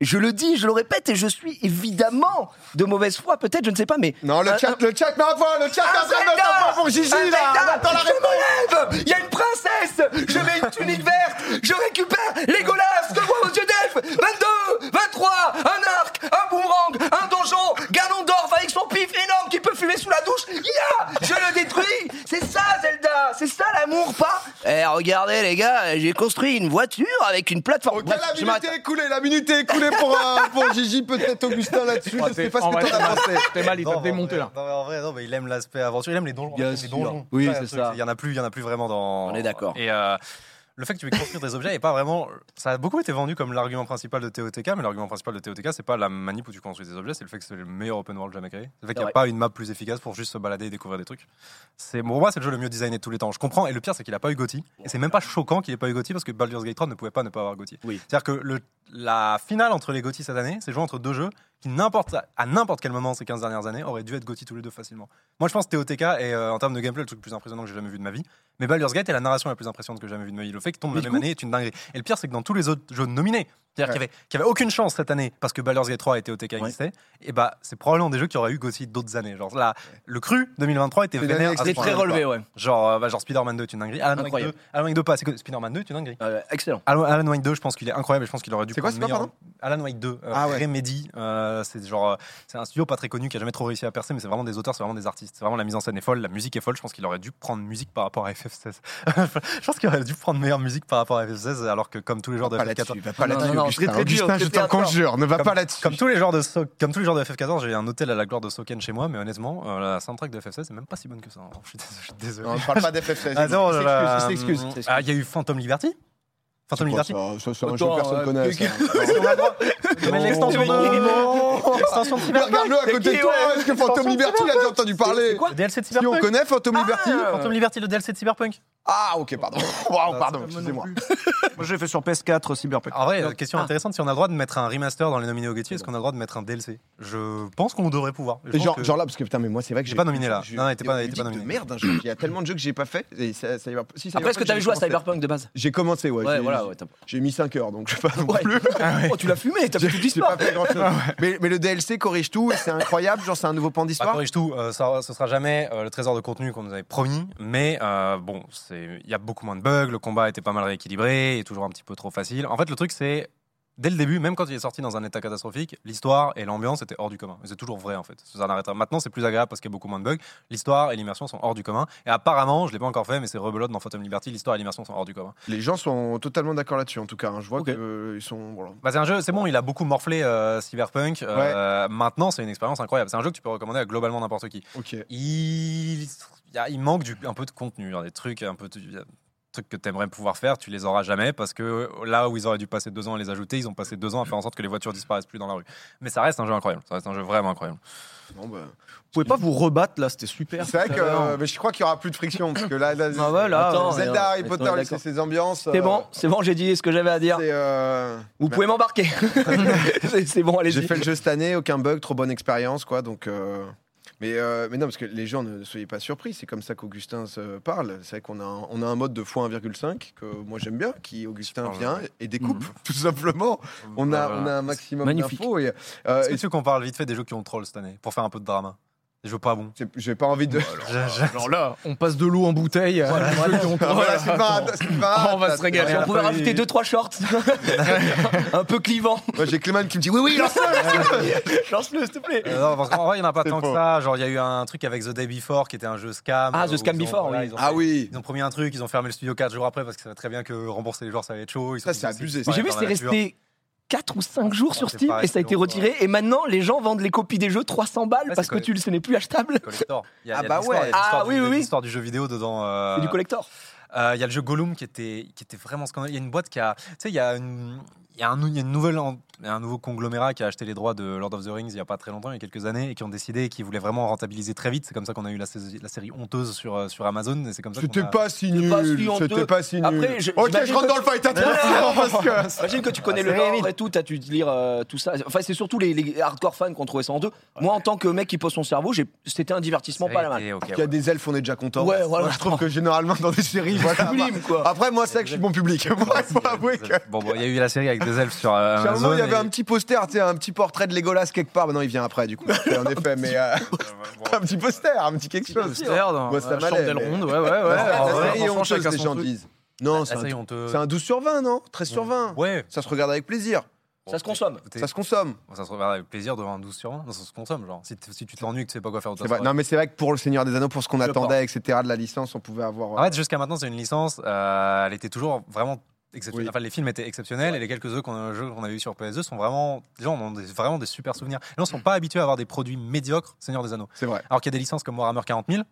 S2: je le dis, je le répète, et je suis évidemment de mauvaise foi, peut-être, je ne sais pas, mais.
S1: Non, le
S2: Un-
S1: chat,
S2: un-
S1: le chat met un point, le chat
S2: un
S1: est en train de mettre un point pour Gigi,
S2: Un
S1: là.
S2: Zelda
S1: On attend la
S2: Je
S1: réponse.
S2: me lève Il y a une princesse Je mets une tunique verte Je récupère les golasses de moi aux yeux d'elfe 22 23 Un arc Un boomerang Un donjon Ganondorf avec son pif énorme qui peut fumer sous la douche Ya Je le détruis C'est ça, Zelda C'est ça l'amour, pas Eh, regardez, les gars, j'ai construit une voiture avec une plateforme.
S1: Ok,
S2: Bref,
S1: la
S2: je
S1: minute
S2: m'arrête.
S1: est écoulée, la minute est écoulée pour, euh, pour Gigi, peut-être Augustin là-dessus. Je sais pas ce que t'en as pensé.
S5: T'es mal, il t'a
S3: Non, mais en
S5: démonté
S3: vrai-
S5: là.
S3: non, mais en vrai, non, mais il aime l'aspect aventure, il aime les donjons.
S2: Bien
S3: il aime les
S2: sûr.
S3: donjons.
S2: Oui,
S3: un
S2: c'est
S3: truc,
S2: ça.
S3: Il y en a plus, il y en a plus vraiment dans.
S2: On est d'accord.
S3: Et euh, le fait que tu aies construire des objets est pas vraiment. Ça a beaucoup été vendu comme l'argument principal de TOTK, mais l'argument principal de TOTK, c'est pas la manip où tu construis des objets, c'est le fait que c'est le meilleur open world jamais créé. C'est le fait qu'il n'y a
S2: Ouais.
S3: pas une map plus efficace pour juste se balader et découvrir des trucs. C'est pour moi, c'est le jeu le mieux designé de tous les temps. Je comprends. Et le pire, c'est qu'il a pas eu Gotti. Et c'est même pas choquant qu'il ait pas eu Gotti parce que Baldur's Gate 3 ne pouvait pas ne pas avoir Gotti.
S2: Oui.
S3: C'est-à-dire que le, la finale entre les Gotti cette année, c'est joué entre deux jeux qui n'importe à n'importe quel moment ces 15 dernières années auraient dû être Gotti tous les deux facilement. Moi je pense que TOTK est euh, en termes de gameplay le truc le plus impressionnant que j'ai jamais vu de ma vie. Mais Baldur's Gate est la narration la plus impressionnante que j'ai jamais vu de ma vie. Le fait qu'il tombe
S2: Mais
S3: la
S2: du
S3: même
S2: coup-
S3: année est une dinguerie. Et le pire c'est que dans tous les autres jeux nominés, C'est-à-dire qu'il n'y avait, qu'il y avait aucune chance cette année parce que Baldur's Gate 3 était au TK existait. Et bah, c'est probablement des jeux qui auraient eu aussi d'autres années. Genre là, le cru 2023 était
S1: Ah, C'est l'année
S3: vénère. à ce
S1: exceptionnelle,
S2: Ah, C'était très
S3: point-là, quoi.
S2: relevé, ouais.
S3: Genre, euh, bah, genre Spider-Man 2 est une dinguerie. Alan Wake 2,
S2: Incroyable.
S3: Alan Wake 2 pas. C'est que Spider-Man 2 est une dinguerie.
S2: Euh, excellent.
S3: Alan, Alan Wake 2, je pense qu'il est incroyable et je pense qu'il aurait dû
S1: C'est quoi,
S3: prendre
S1: c'est quoi,
S3: meilleur- Alan Wake 2, euh,
S1: Ah ouais.
S3: Remedy. euh, c'est genre, euh, c'est un studio pas très connu qui a jamais trop réussi à percer, mais c'est vraiment des auteurs, c'est vraiment des artistes. C'est vraiment la mise en scène est folle, la musique est folle. Je pense qu'il aurait dû prendre musique par rapport à FF16. je pense qu'il aurait dû prendre meilleure musique par rapport à FF16, alors que comme tous les genres de
S1: Pas
S3: FF14,
S1: là-dessus, va pas
S2: Non, non,
S1: là-dessus.
S2: non,
S1: Augustin,
S2: c'est très dur,
S1: Augustin, je
S2: c'est
S1: t'en
S2: très dur.
S1: conjure, ne va
S3: Comme-
S1: pas là-dessus.
S3: comme tous les genres de So- comme tous les genres de FF14, j'ai un hôtel à la gloire de Soken chez moi, mais honnêtement, euh, la soundtrack de FF16 c'est même pas si bonne que ça. hein. Je suis dés- je suis désolé.
S1: Non, on parle pas d'FF16.
S3: Ah non,
S1: Il
S3: là,
S1: s'excuse, il s'excuse.
S3: mm, ah, il y a eu Phantom Liberty. Phantom Liberty.
S1: Ça, c'est un jeu que
S2: Autant,
S1: personne
S2: euh,
S1: connaît.
S2: que-
S1: ça.
S3: Mais l'extension de l'extension de Cyberpunk.
S1: Regarde-le à côté de toi,
S3: Ouais.
S1: est-ce que Phantom
S3: Attention,
S1: Liberty, il a déjà entendu parler
S3: Le DLC de
S1: Si on
S3: Cyberpunk.
S1: connaît Phantom Liberty.
S3: Phantom Liberty, le DLC de Cyberpunk.
S1: Ah, ok, pardon. Waouh, pardon,
S4: Ah, Moi non
S1: excusez-moi.
S4: plus. Moi, je l'ai fait sur PS4, Cyberpunk.
S3: Oh, En vrai, question intéressante, si on a le droit de mettre un remaster dans les nominés au Gauthier, est-ce qu'on a le droit de mettre un DLC Je pense qu'on devrait pouvoir. Je
S1: Et
S3: pense
S1: Genre,
S3: que-
S1: genre là, parce que putain, mais moi, c'est vrai que
S3: T'es pas nominé, là.
S1: j'ai-
S3: Non, il était pas-
S1: j'ai
S3: il était pas
S1: dit de
S3: nominé.
S1: Merde, un jeu. il y a tellement de jeux que j'ai pas fait. Et ça, ça y va- si, ça y va
S2: Après, est-ce
S1: pas,
S2: que t'avais
S1: j'ai
S2: joué à
S1: commencé.
S2: Cyberpunk de base
S1: J'ai commencé, ouais.
S2: Ouais,
S1: j'ai-
S2: voilà,
S1: j'ai-
S2: ouais. t'as-
S1: J'ai mis 5 heures, donc je sais pas non
S2: Ouais.
S1: plus.
S2: Oh, tu l'as fumé, t'as fait toute
S1: J'ai
S2: l'histoire.
S1: pas fait grand chose. mais, mais le DLC corrige tout et c'est incroyable. Genre, c'est un nouveau pan
S3: Bah,
S1: d'histoire.
S3: corrige tout, euh, ça, ce sera jamais euh, le trésor de contenu qu'on nous avait promis, mais euh, bon, c'est- il y a beaucoup moins de bugs, le combat était pas mal rééquilibré, et toujours un petit peu trop facile. En fait, le truc, c'est, dès le début, même quand il est sorti dans un état catastrophique, l'histoire et l'ambiance étaient hors du commun. Et C'est toujours vrai, en fait. Ça n'arrêtera- Maintenant, c'est plus agréable parce qu'il y a beaucoup moins de bugs. L'histoire et l'immersion sont hors du commun. Et apparemment, je l'ai pas encore fait, mais c'est rebelote dans Phantom Liberty, l'histoire et l'immersion sont hors du commun.
S1: Les gens sont totalement d'accord là-dessus, en tout cas. hein. Je vois
S2: Ok.
S1: qu'ils sont. voilà.
S3: Bah, c'est un jeu, c'est bon, il a beaucoup morflé euh, Cyberpunk. Euh, Maintenant, c'est une expérience incroyable. C'est un jeu que tu peux recommander à globalement n'importe qui.
S1: Ok.
S3: il, il y a- il manque du- un peu de contenu, genre des trucs un peu des trucs que t'aimerais pouvoir faire, tu les auras jamais parce que euh, là où ils auraient dû passer deux ans à les ajouter, ils ont passé deux ans à faire en sorte que les voitures disparaissent plus dans la rue. Mais ça reste un jeu incroyable, ça reste un jeu vraiment incroyable.
S1: Bon, bah.
S4: Vous pouvez pas vous rebattre là, c'était super.
S1: C'est vrai que.
S4: tout à l'heure.
S1: euh, mais je crois qu'il y aura plus de friction. Parce que là, là,
S4: Ah ouais, là,
S2: Attends,
S4: euh,
S2: ouais,
S1: Zelda,
S2: ouais,
S1: Harry
S2: ouais,
S1: Potter,
S2: d'accord.
S1: c'est ses ambiances.
S2: C'est
S1: euh,
S2: bon, c'est bon, j'ai dit ce que j'avais à dire.
S1: c'est, euh,
S2: Vous pouvez m'embarquer. C'est- c'est bon, allez-y.
S1: J'ai fait le jeu cette année, aucun bug, trop bonne expérience, quoi. Donc, euh, mais, euh, mais non, parce que les gens ne soyez pas surpris, c'est comme ça qu'Augustin se parle. C'est vrai qu'on a, un- on a un mode de x1,5 que moi j'aime bien, qui Augustin
S3: Super jeu,
S1: vient et découpe, tout simplement. On a, on a un maximum
S2: Magnifique.
S1: d'infos. Et, euh,
S3: Euh, Est-ce
S1: et
S3: que tu qu'on parle vite fait des jeux qui ont troll cette année pour faire un peu de drama Des jeux pas bons.
S1: c'est- j'ai pas envie de.
S3: Je- je-
S4: Alors là, on passe de l'eau en bouteille. à un jeu qui ont-
S1: Ah, Voilà, c'est pas-
S4: attends.
S1: c'est pas-
S4: On va
S3: Ah,
S4: se régaler.
S2: Si Oh, on pouvait
S4: Après,
S2: rajouter
S4: il-
S2: deux trois shorts, un peu clivant.
S1: Moi, j'ai Clément qui me dit oui, oui, lance-le
S2: Lance-le, s'il te plaît.
S3: Euh, non, parce qu'en vrai, il n'y en a pas
S1: C'est
S3: tant
S1: faux.
S3: que ça. Genre, il y a eu un truc avec The Day Before qui était un jeu scam.
S2: Ah, The
S3: euh, où
S2: Scam
S3: ils ont-
S2: Before,
S3: voilà,
S2: oui.
S3: ils ont
S1: Ah
S3: fait-
S1: oui
S3: Ils ont promis un truc, ils ont fermé le studio 4 jours après parce qu'ils savaient très bien que rembourser les joueurs ça allait être chaud. Ils
S1: Ça,
S3: sont
S1: c'est
S3: obligés de
S1: abusé.
S3: disparaître
S2: J'ai vu,
S3: dans
S2: c'était
S3: la nature.
S2: resté 4 ou 5 jours sur
S3: c'est
S2: Steam
S3: pareil,
S2: et ça a été
S3: c'est long,
S2: retiré. Et maintenant, les gens vendent les copies des jeux 300 balles
S3: Ouais,
S2: parce
S3: c'est
S2: que tu, ce n'est plus achetable.
S3: Collector. Il y a,
S1: Ah
S3: il y a
S1: bah
S3: de l'histoire,
S1: ouais.
S3: il y a de l'histoire
S2: Ah oui,
S3: du,
S2: oui,
S3: de
S2: oui.
S3: l'histoire du jeu vidéo dedans. euh,
S2: C'est du collector.
S3: euh, il y a le jeu Gollum qui était qui était vraiment scandaleux. Il y a une boîte qui a, tu sais, il y a une il y a, un, nou- il y a une nouvelle, en- il y a un nouveau conglomérat qui a acheté les droits de Lord of the Rings il n'y a pas très longtemps, il y a quelques années, et qui ont décidé qu'ils voulaient vraiment rentabiliser très vite. C'est comme ça qu'on a eu la, sais- la série honteuse sur, euh, sur Amazon. Et c'est comme ça
S1: C'était
S3: qu'on a-
S1: pas si
S2: pas si
S1: nul
S2: honteux.
S1: C'était pas si nul
S2: Après, je-
S1: Ok, je
S2: j'imagine
S1: rentre
S2: que-
S1: dans le fight
S2: Non,
S1: international parce que.
S3: Ah,
S2: Imagine que tu connais le lore et tout, t'as dû lire euh, tout ça. Enfin, c'est surtout les, les hardcore fans qui ont trouvé ça en deux. Moi, en tant que mec qui pose son cerveau, j'ai- c'était un divertissement pas la mal.
S3: Et, ok,
S1: Il y a des elfes, on est déjà content.
S2: Ouais, voilà.
S1: Moi, je trouve que généralement dans des séries, voilà,
S2: Sublime, quoi.
S1: Après, moi, c'est que je suis bon public. Moi, il faut avouer que.
S3: Bon, bon, il y a eu la série avec des elfes sur euh,
S1: À un moment,
S3: Amazon.
S1: il y avait
S3: et-
S1: un petit poster, tu sais, un petit portrait de Legolas quelque part. Bah non, il vient après, du coup. En effet, mais euh, un petit poster, un petit quelque chose.
S4: Hamster dans
S1: Moi, ça
S4: la
S1: m'allait,
S4: chandelle
S1: mais-
S4: ronde, ouais, ouais, ouais. euh,
S1: La
S4: En vrai,
S1: série est
S4: franchement,
S1: honteuse,
S4: chacun
S1: les
S4: son
S1: gens
S4: truc.
S1: disent. Non, c'est
S3: La
S1: un,
S3: série honteuse.
S1: c'est un 12 sur 20, non 13 sur 20.
S3: Ouais.
S1: Ça se regarde avec plaisir,
S2: Ça se consomme.
S3: Écoutez,
S1: ça se consomme.
S3: Bon, ça se regarde avec plaisir devant un 12 sur 20. Non, ça se consomme, genre. Si, t- si tu t'ennuies et que tu sais pas quoi faire de ta
S1: C'est vrai.
S3: soirée.
S1: Non, mais c'est vrai que pour le Seigneur des Anneaux, pour ce qu'on
S2: Je
S1: attendait, etc., de la licence, on pouvait avoir. euh,
S3: En fait, jusqu'à maintenant, c'est une licence. euh, elle était toujours vraiment exceptionnelle.
S1: Oui.
S3: Enfin, les films étaient exceptionnels et les quelques jeux qu'on jeux qu'on a eu sur PS2 sont vraiment. Les gens en ont des- vraiment des super souvenirs. Les gens sont pas habitués à avoir des produits médiocres, Seigneur des Anneaux.
S1: C'est vrai.
S3: Alors qu'il y a des licences comme Warhammer 40 000.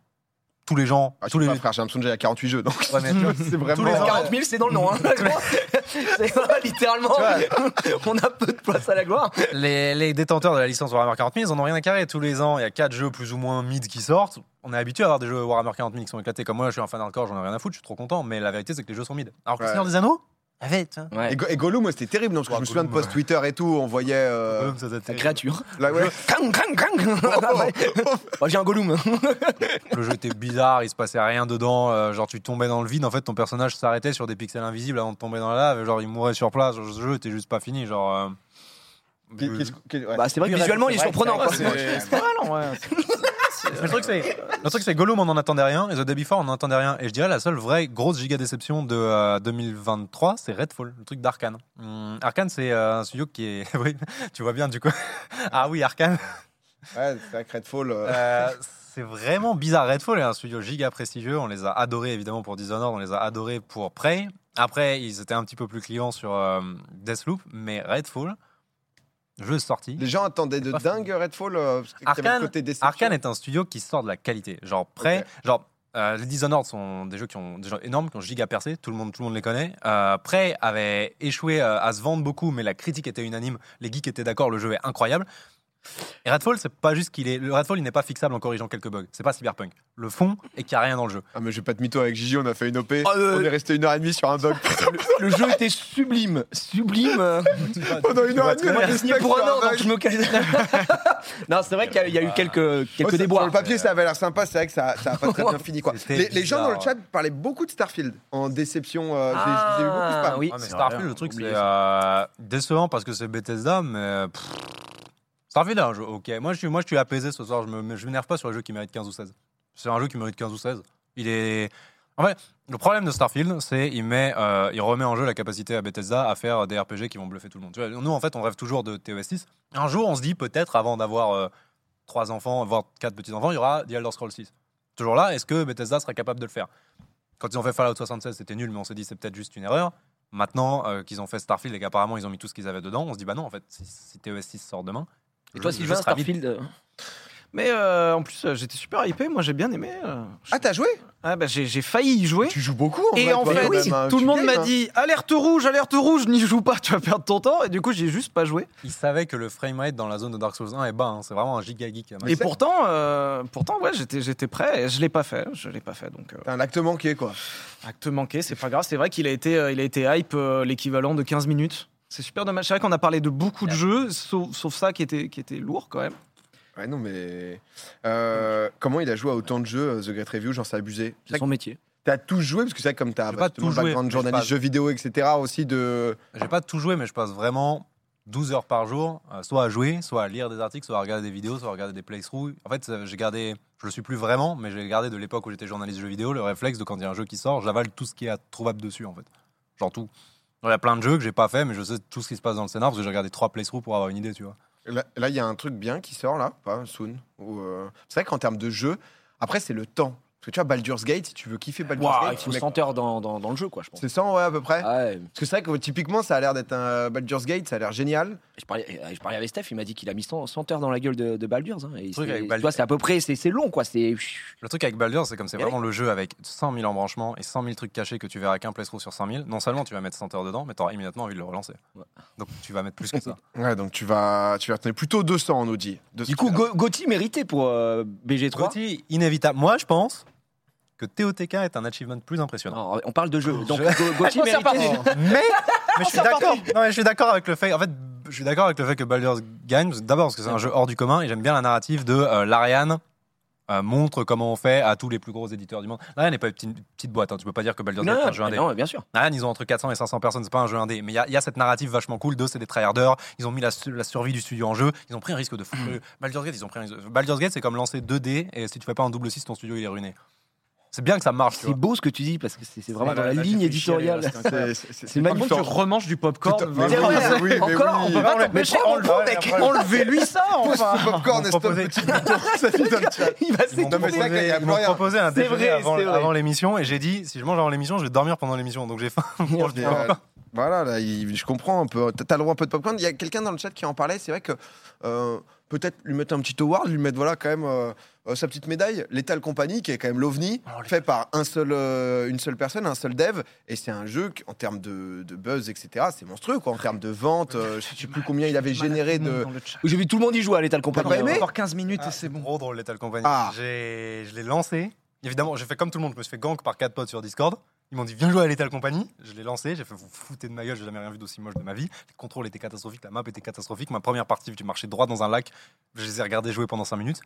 S3: Tous les gens.
S1: Ah, je
S3: tous
S1: sais
S3: les.
S1: pas, frère, j'ai l'impression que j'ai à 48 jeux, donc
S3: Ouais, mais-
S1: c'est vraiment.
S3: les ans.
S2: 40 000, c'est dans le nom. Hein. c'est littéralement, on a peu de place à la gloire.
S3: les, les détenteurs de la licence Warhammer 40 000, ils en ont rien à carrer. Tous les ans, il y a 4 jeux plus ou moins mid qui sortent. On est habitué à avoir des jeux Warhammer 40 000 qui sont éclatés. Comme moi, je suis un fan hardcore, j'en ai rien à foutre, je suis trop content. Mais la vérité, c'est que les jeux sont mid. Alors que le
S1: Ouais.
S3: Seigneur des Anneaux,
S4: Avec, hein.
S2: Ouais.
S1: Et, Go- et Gollum, ouais, c'était terrible, non Parce que je me souviens de post Twitter et tout, on voyait. euh,
S3: Gollum, ça, ça,
S2: La
S3: c'est-
S2: créature.
S1: là, ouais.
S2: Crang, crang,
S1: Oh,
S2: crang. Moi, J'ai un Gollum.
S3: Le jeu était bizarre, il se passait rien dedans. euh, genre, tu tombais dans le vide. En fait, ton personnage s'arrêtait sur des pixels invisibles avant de tomber dans la lave. et Genre, il mourait sur place. Genre, ce jeu était juste pas fini. Genre. euh,
S1: Qui-
S3: le-
S1: qui- qui- ouais.
S2: Bah, c'est vrai que
S1: Oui,
S2: visuellement,
S1: c'est
S2: il est
S1: vrai,
S2: surprenant.
S1: c'est
S2: quoi.
S1: vrai que c'est-
S4: C'est pas mal, ouais.
S3: Le truc, c'est- le truc, c'est Gollum, on n'en attendait rien, et The Day Before, on n'en attendait rien. Et je dirais la seule vraie grosse giga déception de euh, 2023, c'est Redfall, le truc d'Arkane. Hum, Arkane, c'est euh, un studio qui est. oui, tu vois bien du coup. ah oui, Arkane.
S1: Ouais, c'est vrai que Redfall. euh,
S3: Euh, c'est vraiment bizarre. Redfall est un studio giga prestigieux. On les a adorés évidemment pour Dishonored, on les a adorés pour Prey. Après, ils étaient un petit peu plus clients sur euh, Deathloop, mais Redfall, jeu sorti.
S1: Les gens attendaient de
S3: pas
S1: dingue Redfall. euh, parce que t'avais
S3: Arkane-
S1: le côté déception.
S3: Arkane est un studio qui sort de la qualité. Genre prêt,
S1: Ok.
S3: genre euh, les Dishonored sont des jeux qui ont des jeux énormes, qui ont giga percé. Tout le monde, tout le monde les connaît. Euh, Prey avait échoué euh, à se vendre beaucoup, mais la critique était unanime. Les geeks étaient d'accord, le jeu est incroyable. Et Redfall, c'est pas juste qu'il est. Le Redfall, il n'est pas fixable en corrigeant quelques bugs. C'est pas Cyberpunk. Le fond est qu'il n'y a rien dans le jeu.
S1: Ah, mais j'ai pas de mytho avec Gigi, on a fait une OP.
S2: Ah, euh,
S1: On est resté une heure et demie sur un bug.
S2: Le jeu était sublime. Sublime. euh.
S1: Pendant une heure et demie,
S2: Moi,
S1: on a
S2: j'ai signé pour un an, donc je me casse. Non, c'est vrai qu'il y a- il y a eu quelques,
S1: Oh,
S2: quelques
S1: ça-
S2: déboires.
S1: Sur le papier, ça avait l'air sympa. C'est vrai que ça, ça a pas très bien fini. Quoi.
S3: C'était
S1: Les, les gens dans
S3: bizarre.
S1: le chat parlaient beaucoup de Starfield en déception. euh, j'ai- j'ai eu beaucoup de
S2: Ah,
S1: spam.
S2: oui.
S3: Ah, mais
S6: C'est
S3: Starfield,
S6: vrai,
S3: le truc, c'est
S6: oubliez
S3: euh, décevant parce que c'est Bethesda, mais. pff, Starfield est un jeu, ok. Moi, je suis, moi, je suis apaisé ce soir. Je me- je m'énerve pas sur les jeux qui méritent 15 ou 16. C'est un jeu qui mérite 15 ou 16. Il est. En fait, le problème de Starfield, c'est il met, euh, il remet en jeu la capacité à Bethesda à faire des RPG qui vont bluffer tout le monde. Tu vois, nous, en fait, on rêve toujours de TOS6. Un jour, on se dit peut-être, avant d'avoir euh, trois enfants, voire quatre petits enfants, il y aura The Elder Scrolls 6. Toujours là, est-ce que Bethesda sera capable de le faire Quand ils ont fait Fallout 76, c'était nul, mais on s'est dit c'est peut-être juste une erreur. Maintenant euh, qu'ils ont fait Starfield et qu'apparemment ils ont mis tout ce qu'ils avaient dedans, on se dit bah non, en fait, si, si TOS6 sort demain.
S2: Et
S3: le
S2: toi,
S3: jeu- le
S2: Sylvain,
S3: jeu sera vide.
S2: Starfield. euh,
S4: Mais euh, en plus, euh, j'étais super hypé. Moi, j'ai bien aimé. euh, je-
S1: Ah, t'as joué
S4: ah, bah, j'ai j'ai failli y jouer.
S1: Tu joues beaucoup en
S4: Et
S1: vrai,
S4: en
S1: toi,
S4: fait,
S1: quand même, hein,
S4: tout
S1: tu
S4: le monde
S1: games,
S4: m'a
S1: hein.
S4: dit alerte rouge, alerte rouge, n'y joue pas, tu vas perdre ton temps. Et du coup, j'ai juste pas joué.
S3: Ils savaient que le framerate dans la zone de Dark Souls 1 est bas, hein, c'est vraiment un giga geek.
S1: Mais
S4: Et
S1: c'est-
S4: pourtant, euh, pourtant, ouais, j'étais, j'étais prêt. Et je l'ai pas fait. Je l'ai pas fait. Donc, euh,
S1: T'as un acte manqué, quoi.
S4: acte manqué, c'est pas grave. C'est vrai qu'il a été, euh, il a été hype euh, l'équivalent de 15 minutes. C'est super dommage. C'est vrai qu'on a parlé de beaucoup de jeux, sauf, sauf ça qui était, qui était lourd quand même.
S1: Ouais, non, mais. euh, comment il a joué à autant de jeux, euh, The Great Review Genre, c'est abusé.
S2: C'est son métier.
S1: T'as tout joué, parce que c'est vrai que comme t'as
S3: J'ai pas
S1: bah, justement,
S3: tout joué,
S1: background
S3: mais je
S1: journaliste,
S3: passe.
S1: jeux vidéo, etc. aussi de.
S3: J'ai pas tout joué, mais je passe vraiment 12 heures par jour, euh, soit à jouer, soit à lire des articles, soit à regarder des vidéos, soit à regarder des playthroughs. En fait, euh, j'ai gardé, je le suis plus vraiment, mais j'ai gardé de l'époque où j'étais journaliste de jeux vidéo, le réflexe de quand il y a un jeu qui sort, j'avale tout ce qui est trouvable dessus, en fait. Genre tout. Il y a plein de jeux que j'ai pas fait, mais je sais tout ce qui se passe dans le scénar parce que j'ai regardé trois playthroughs pour avoir une idée, tu vois.
S1: Là, là, il y a un truc bien qui sort, là, pas soon. ou, euh, C'est vrai qu'en termes de jeu, après, c'est le temps. Parce que tu vois, Baldur's Gate, si tu veux kiffer Baldur's
S2: Waouh, il
S1: Gate,
S2: faut
S1: mec,
S2: 100 heures dans, dans, dans le jeu, quoi, je pense.
S1: c'est 100, ouais, à peu près.
S2: Ah ouais,
S1: Parce que c'est vrai que typiquement, ça a l'air d'être un Baldur's Gate, ça a l'air génial.
S2: je, parlais, euh, je parlais avec Steph, il m'a dit qu'il a mis 100, 100 heures dans la gueule de, de Baldur's. hein, et
S3: truc
S2: c'est-
S3: avec
S2: tu
S3: Baldur's-
S2: vois, c'est à peu près, c'est c'est long, quoi. C'est
S3: Le truc avec Baldur's, c'est comme c'est
S2: Et
S3: vraiment le jeu avec 100 000 embranchements et 100 000 trucs cachés que tu verras qu'un playthrough sur 100 000. Non seulement tu vas mettre 100 heures dedans, mais t'auras immédiatement envie de le relancer.
S2: Ouais.
S3: Donc tu vas mettre plus que ça.
S1: Ouais, donc tu vas, tu vas tenir plutôt 200 en Audi.
S2: Du coup, Go- Gauthier méritait pour euh, BG3.
S3: Gauthier, inévitable. Moi, je pense que TOTK est un achievement plus impressionnant.
S2: Non, on parle de jeu. Donc,
S3: Je-
S2: Go- Gauthier
S4: c'est reparti.
S2: méritait.
S3: mais, mais je suis d'accord. Non, mais je suis d'accord avec le fait. En fait, je suis d'accord avec le fait que Baldur's gagne. parce que- D'abord parce que c'est un jeu hors du commun et j'aime bien la narrative de euh, l'Ariane. euh, montre comment on fait à tous les plus gros éditeurs du monde. L'Ariane n'est pas une petite, petite boîte, hein. tu peux pas dire que Baldur's
S2: Non,
S3: Gate est un
S2: non,
S3: jeu indé.
S2: non, bien sûr.
S3: Ariane, ils ont entre 400 et 500 personnes, c'est pas un jeu indé. Mais il y a- il y, a cette narrative vachement cool de c'est des tryharders, ils ont mis la, su- la survie du studio en jeu, ils ont pris un risque de fou. Euh, Baldur's Gate, ils ont pris un risque. Baldur's Gate, c'est comme lancer 2D et si tu fais pas un double 6, ton studio il est ruiné. C'est bien que ça marche, tu
S2: C'est
S3: vois.
S2: beau ce que tu dis parce que c'est c'est vraiment
S4: Ouais,
S2: dans
S4: Bah,
S2: la
S4: là,
S1: bah,
S4: là, j'ai
S2: ligne
S4: fait
S2: éditoriale.
S4: chialer, là, Ah c'était
S2: C'est
S4: Par contre,
S2: magnifique.
S4: tu remanges du popcorn.
S1: Putain, mais
S4: vraiment.
S1: oui,
S2: C'est vrai.
S1: oui, mais
S2: Encore,
S1: oui.
S2: on peut pas
S1: Non, mais-
S2: t'empêcher. enlevons, mec.
S4: Enlevez-lui ça, enfin.
S1: Popcorn,
S3: Ils
S1: est
S3: m'ont
S1: stop
S3: proposé-
S1: petit mytho. Ça fait dans le chat.
S2: Il va
S3: Ils m'ont
S1: Non, mais c'est vrai qu'il y a
S3: proposé, ils
S1: plus
S3: m'ont
S1: rien.
S3: proposé un
S2: C'est
S3: déjeuner
S2: vrai,
S3: avant,
S2: c'est vrai.
S3: avant l'émission et j'ai dit si je mange avant l'émission, je vais dormir pendant l'émission. Donc j'ai faim. Bon, je
S1: Et,
S3: dors.
S1: euh, voilà, là, il- je comprends un peu. T'as- T'as le droit un peu de popcorn. Il y a quelqu'un dans le chat qui en parlait. C'est vrai que euh, peut-être lui mettre un petit award, lui mettre voilà quand même euh, euh, sa petite médaille. Lethal Company, qui est quand même l'OVNI, fait par un seul, euh, une seule personne, un seul dev. Et c'est un jeu qui, en termes de, de buzz, etc., c'est monstrueux quoi. En termes de vente, euh, je sais plus combien il avait généré de.
S2: J'ai vu tout le monde y jouer à l'étal
S1: T'as
S2: compagnie.
S1: pas aimé
S4: Encore 15 minutes
S3: Ah,
S4: et c'est bon.
S3: Trop drôle, Lethal Company.
S1: Ah.
S3: J'ai- Je l'ai lancé. Évidemment, j'ai fait comme tout le monde. Je me suis fait gank par quatre potes sur Discord. Ils m'ont dit viens jouer à Lethal Company. Je l'ai lancé, j'ai fait vous foutez de ma gueule, j'ai jamais rien vu d'aussi moche de ma vie. Les contrôles étaient catastrophiques, la map était catastrophique. Ma première partie, tu marchais droit dans un lac. Je les ai regardés jouer pendant 5 minutes.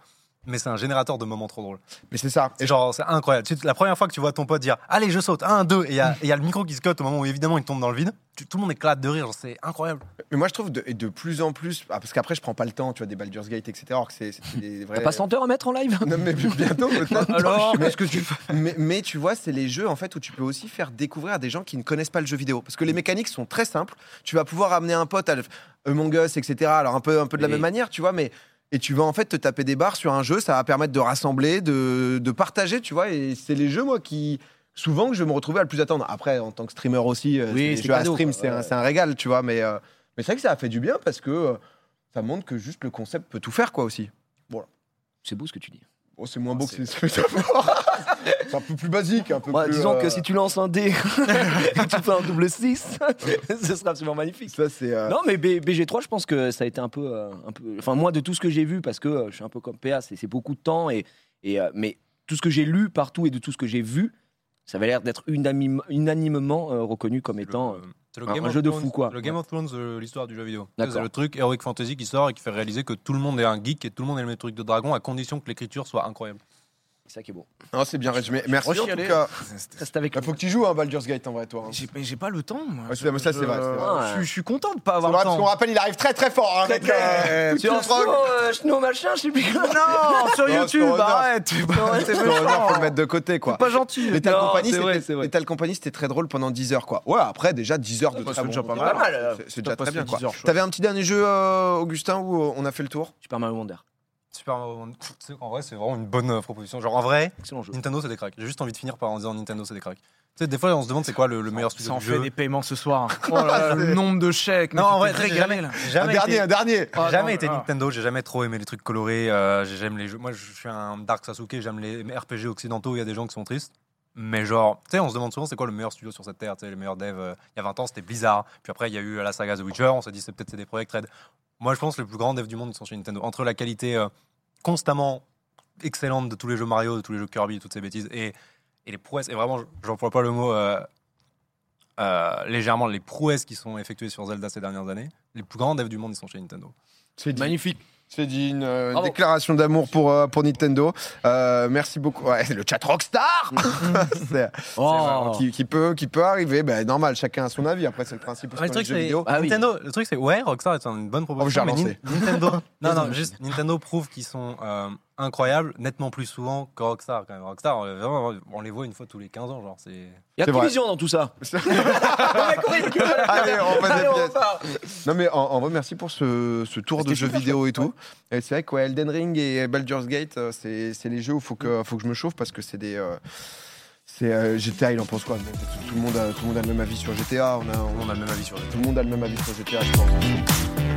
S3: Mais c'est un générateur de moments trop drôles.
S1: Mais c'est ça.
S3: C'est genre, c'est incroyable. Tu sais, la première fois que tu vois ton pote dire Allez, je saute, 1, 2, et il y, a- et il y a le micro qui se cote au moment où évidemment il tombe dans le vide, tu- tout le monde éclate de rire, genre, c'est incroyable.
S1: Mais moi, je trouve de, et de plus en plus. ah, parce qu'après, je prends pas le temps, tu vois, des Baldur's Gate, etc. Alors que c'est c'est des vrais.
S2: T'as pas 100 heures à mettre en live
S1: Non, mais bientôt, peut-être.
S4: Alors,
S1: mais,
S4: qu'est-ce que tu fais
S1: mais, mais tu vois, c'est les jeux en fait où tu peux aussi faire découvrir à des gens qui ne connaissent pas le jeu vidéo. Parce que les mécaniques sont très simples. Tu vas pouvoir amener un pote à le- Among Us, etc. Alors un peu, un peu de la
S2: Oui.
S1: même manière, tu vois, mais. Et tu vas en fait te taper des barres sur un jeu, ça va permettre de rassembler, de, de partager, tu vois. Et c'est les jeux, moi, qui. Souvent que je vais me retrouver à le plus attendre. Après, en tant que streamer aussi, euh,
S2: Oui,
S1: c'est les
S2: c'est
S1: jeux à
S2: cadeau,
S1: stream,
S2: quoi,
S1: c'est un,
S2: ouais.
S1: c'est un régal, tu vois. Mais, euh, mais c'est vrai que ça a fait du bien parce que euh, ça montre que juste le concept peut tout faire, quoi, aussi.
S2: C'est beau ce que tu dis.
S1: Bon, Ah, c'est moins beau que c'est c'est un peu plus basique, un peu
S2: Ouais,
S1: plus.
S2: disons
S1: euh,
S2: que si tu lances un dé et que tu fais un double 6, ce sera absolument magnifique.
S1: Ça, c'est. euh,
S2: Non, mais B- BG3, je pense que ça a été un peu. euh, un peu enfin, moi, de tout ce que j'ai vu, parce que euh, je suis un peu comme PA, c'est c'est beaucoup de temps, et, et, euh, mais tout ce que j'ai lu partout et de tout ce que j'ai vu, ça avait l'air d'être unanime- unanimement euh, reconnu comme étant. euh,
S3: C'est le
S2: un-
S3: Game
S2: un
S3: of
S2: jeu de
S3: Thrones-
S2: fou, quoi.
S3: Le Game of Thrones de l'histoire du jeu vidéo.
S2: D'accord.
S3: C'est le truc Heroic Fantasy qui sort et qui fait réaliser que tout le monde est un geek et tout le monde est le même truc de dragon à condition que l'écriture soit incroyable.
S2: c'est euh, ça qui est beau.
S1: Non, c'est bien résumé. Merci en tout
S4: rechialé.
S1: cas.
S2: Ça, c'est avec
S1: Il faut que tu joues, hein, Baldur's Gate, en vrai, toi. hein.
S4: J'ai- mais j'ai pas le temps. moi.
S1: Ouais, c'est- Ah, mais ça, c'est vrai, c'est vrai.
S4: Je, suis- je suis content de pas
S1: C'est
S4: avoir
S1: vrai,
S4: le
S1: parce qu'on
S4: temps.
S1: rappelle, il arrive très très fort. hein, avec, euh,
S2: Sur
S1: Full Frog.
S2: Snow, euh, Snow machin, je sais plus.
S4: Non, sur
S1: Non, c'est ton
S4: YouTube,
S1: honneur.
S4: arrête. C'est pas- c'est
S1: Ton honneur, faut le
S4: méchant.
S1: mettre de côté, quoi.
S4: C'est pas gentil.
S1: Lethal
S2: Non,
S1: Company,
S2: c'est vrai,
S1: c'était-
S2: c'est vrai.
S1: Lethal Company, c'était très drôle pendant 10 heures, quoi. Ouais, après, déjà 10 heures de
S4: bah,
S1: très
S4: c'est
S1: bon
S4: déjà pas
S1: contenu.
S2: mal. euh, Pas mal,
S1: C'est-
S4: Ça
S1: C'est déjà
S4: passe
S1: très bien,
S4: les
S1: quoi.
S4: 10 heures, chouette.
S1: T'avais un petit dernier jeu, euh, Augustin, où euh, on a fait le tour
S2: Super Mario Wonder,
S3: Super Mario Bros. Pff, c'est- En vrai, c'est vraiment une bonne euh, proposition. Genre en vrai,
S2: excellent jeu.
S3: Nintendo c'est des cracks. J'ai juste envie de finir par en disant Nintendo c'est des cracks. Tu sais, des fois on se demande c'est quoi le, le meilleur studio
S4: en
S3: du
S4: fait
S3: jeu.
S4: des paiements ce soir. Oh là là, le nombre de chèques. mais
S3: Non, en
S4: tu
S3: vrai,
S4: t'es
S3: j'ai
S4: régalé,
S3: jamais,
S4: là.
S3: j'ai
S1: Un
S3: jamais
S1: dernier,
S3: été-
S1: un dernier.
S4: Ah,
S3: J'ai jamais
S4: non,
S3: été
S4: ah.
S3: Nintendo, j'ai jamais trop aimé les trucs colorés, euh, j'ai- j'aime les jeux. Moi, je suis un Dark Sasuke, j'aime les RPG occidentaux, il y a des gens qui sont tristes. Mais genre, tu sais, on se demande souvent c'est quoi le meilleur studio sur cette terre, tu sais, les meilleurs devs. euh, il y a 20 ans, c'était Blizzard. Puis après, il y a eu euh, la saga The Witcher, on s'est dit c'est peut-être des projets Red. Moi, je pense que les plus grands devs du monde sont chez Nintendo. Entre la qualité euh, constamment excellente de tous les jeux Mario, de tous les jeux Kirby, toutes ces bêtises, et, et les prouesses, et vraiment, j'emploie pas le mot euh, euh, légèrement, les prouesses qui sont effectuées sur Zelda ces dernières années, les plus grands devs du monde, ils sont chez Nintendo.
S1: C'est dit.
S2: Magnifique.
S1: C'est dit une euh,
S2: Bravo.
S1: déclaration d'amour pour, euh, pour Nintendo. Euh, merci beaucoup. Ouais, le chat Rockstar C'est- hein. C'est
S2: Oh.
S1: vraiment qui, qui peut, qui peut arriver. Ben, normal, chacun a son avis. Après, c'est le principe aussi
S3: Ouais, le
S1: dans
S3: truc,
S1: les jeux
S3: c'est-
S1: vidéo.
S2: Ah oui.
S3: Nintendo, le truc c'est ouais, Rockstar est une bonne proposition.
S1: Oh, j'ai
S3: mais
S1: relancé.
S3: Nin- Nintendo, non non, juste Nintendo prouve qu'ils sont euh, incroyables, nettement plus souvent que Rockstar quand même. Rockstar, on, vraiment, on les voit une fois tous les 15 ans, genre c'est.
S2: Il y a
S1: C'est vrai.
S2: collision dans tout ça.
S1: Allez, on va
S2: Allez, on
S1: déplacer.
S2: repart.
S1: Non, mais en, en vrai, merci pour ce, ce tour de
S2: C'était
S1: jeux
S2: super
S1: vidéo et tout. Et c'est vrai que ouais, Elden Ring et Baldur's Gate, euh, c'est c'est les jeux où il faut que, faut que je me chauffe parce que c'est des. euh, c'est euh, GTA, il en pense quoi mais tout, tout le monde a, tout le monde a le même avis sur GTA. On a,
S3: On
S1: on-
S3: a le même avis sur les
S1: tout le monde a le même avis sur GTA, je pense.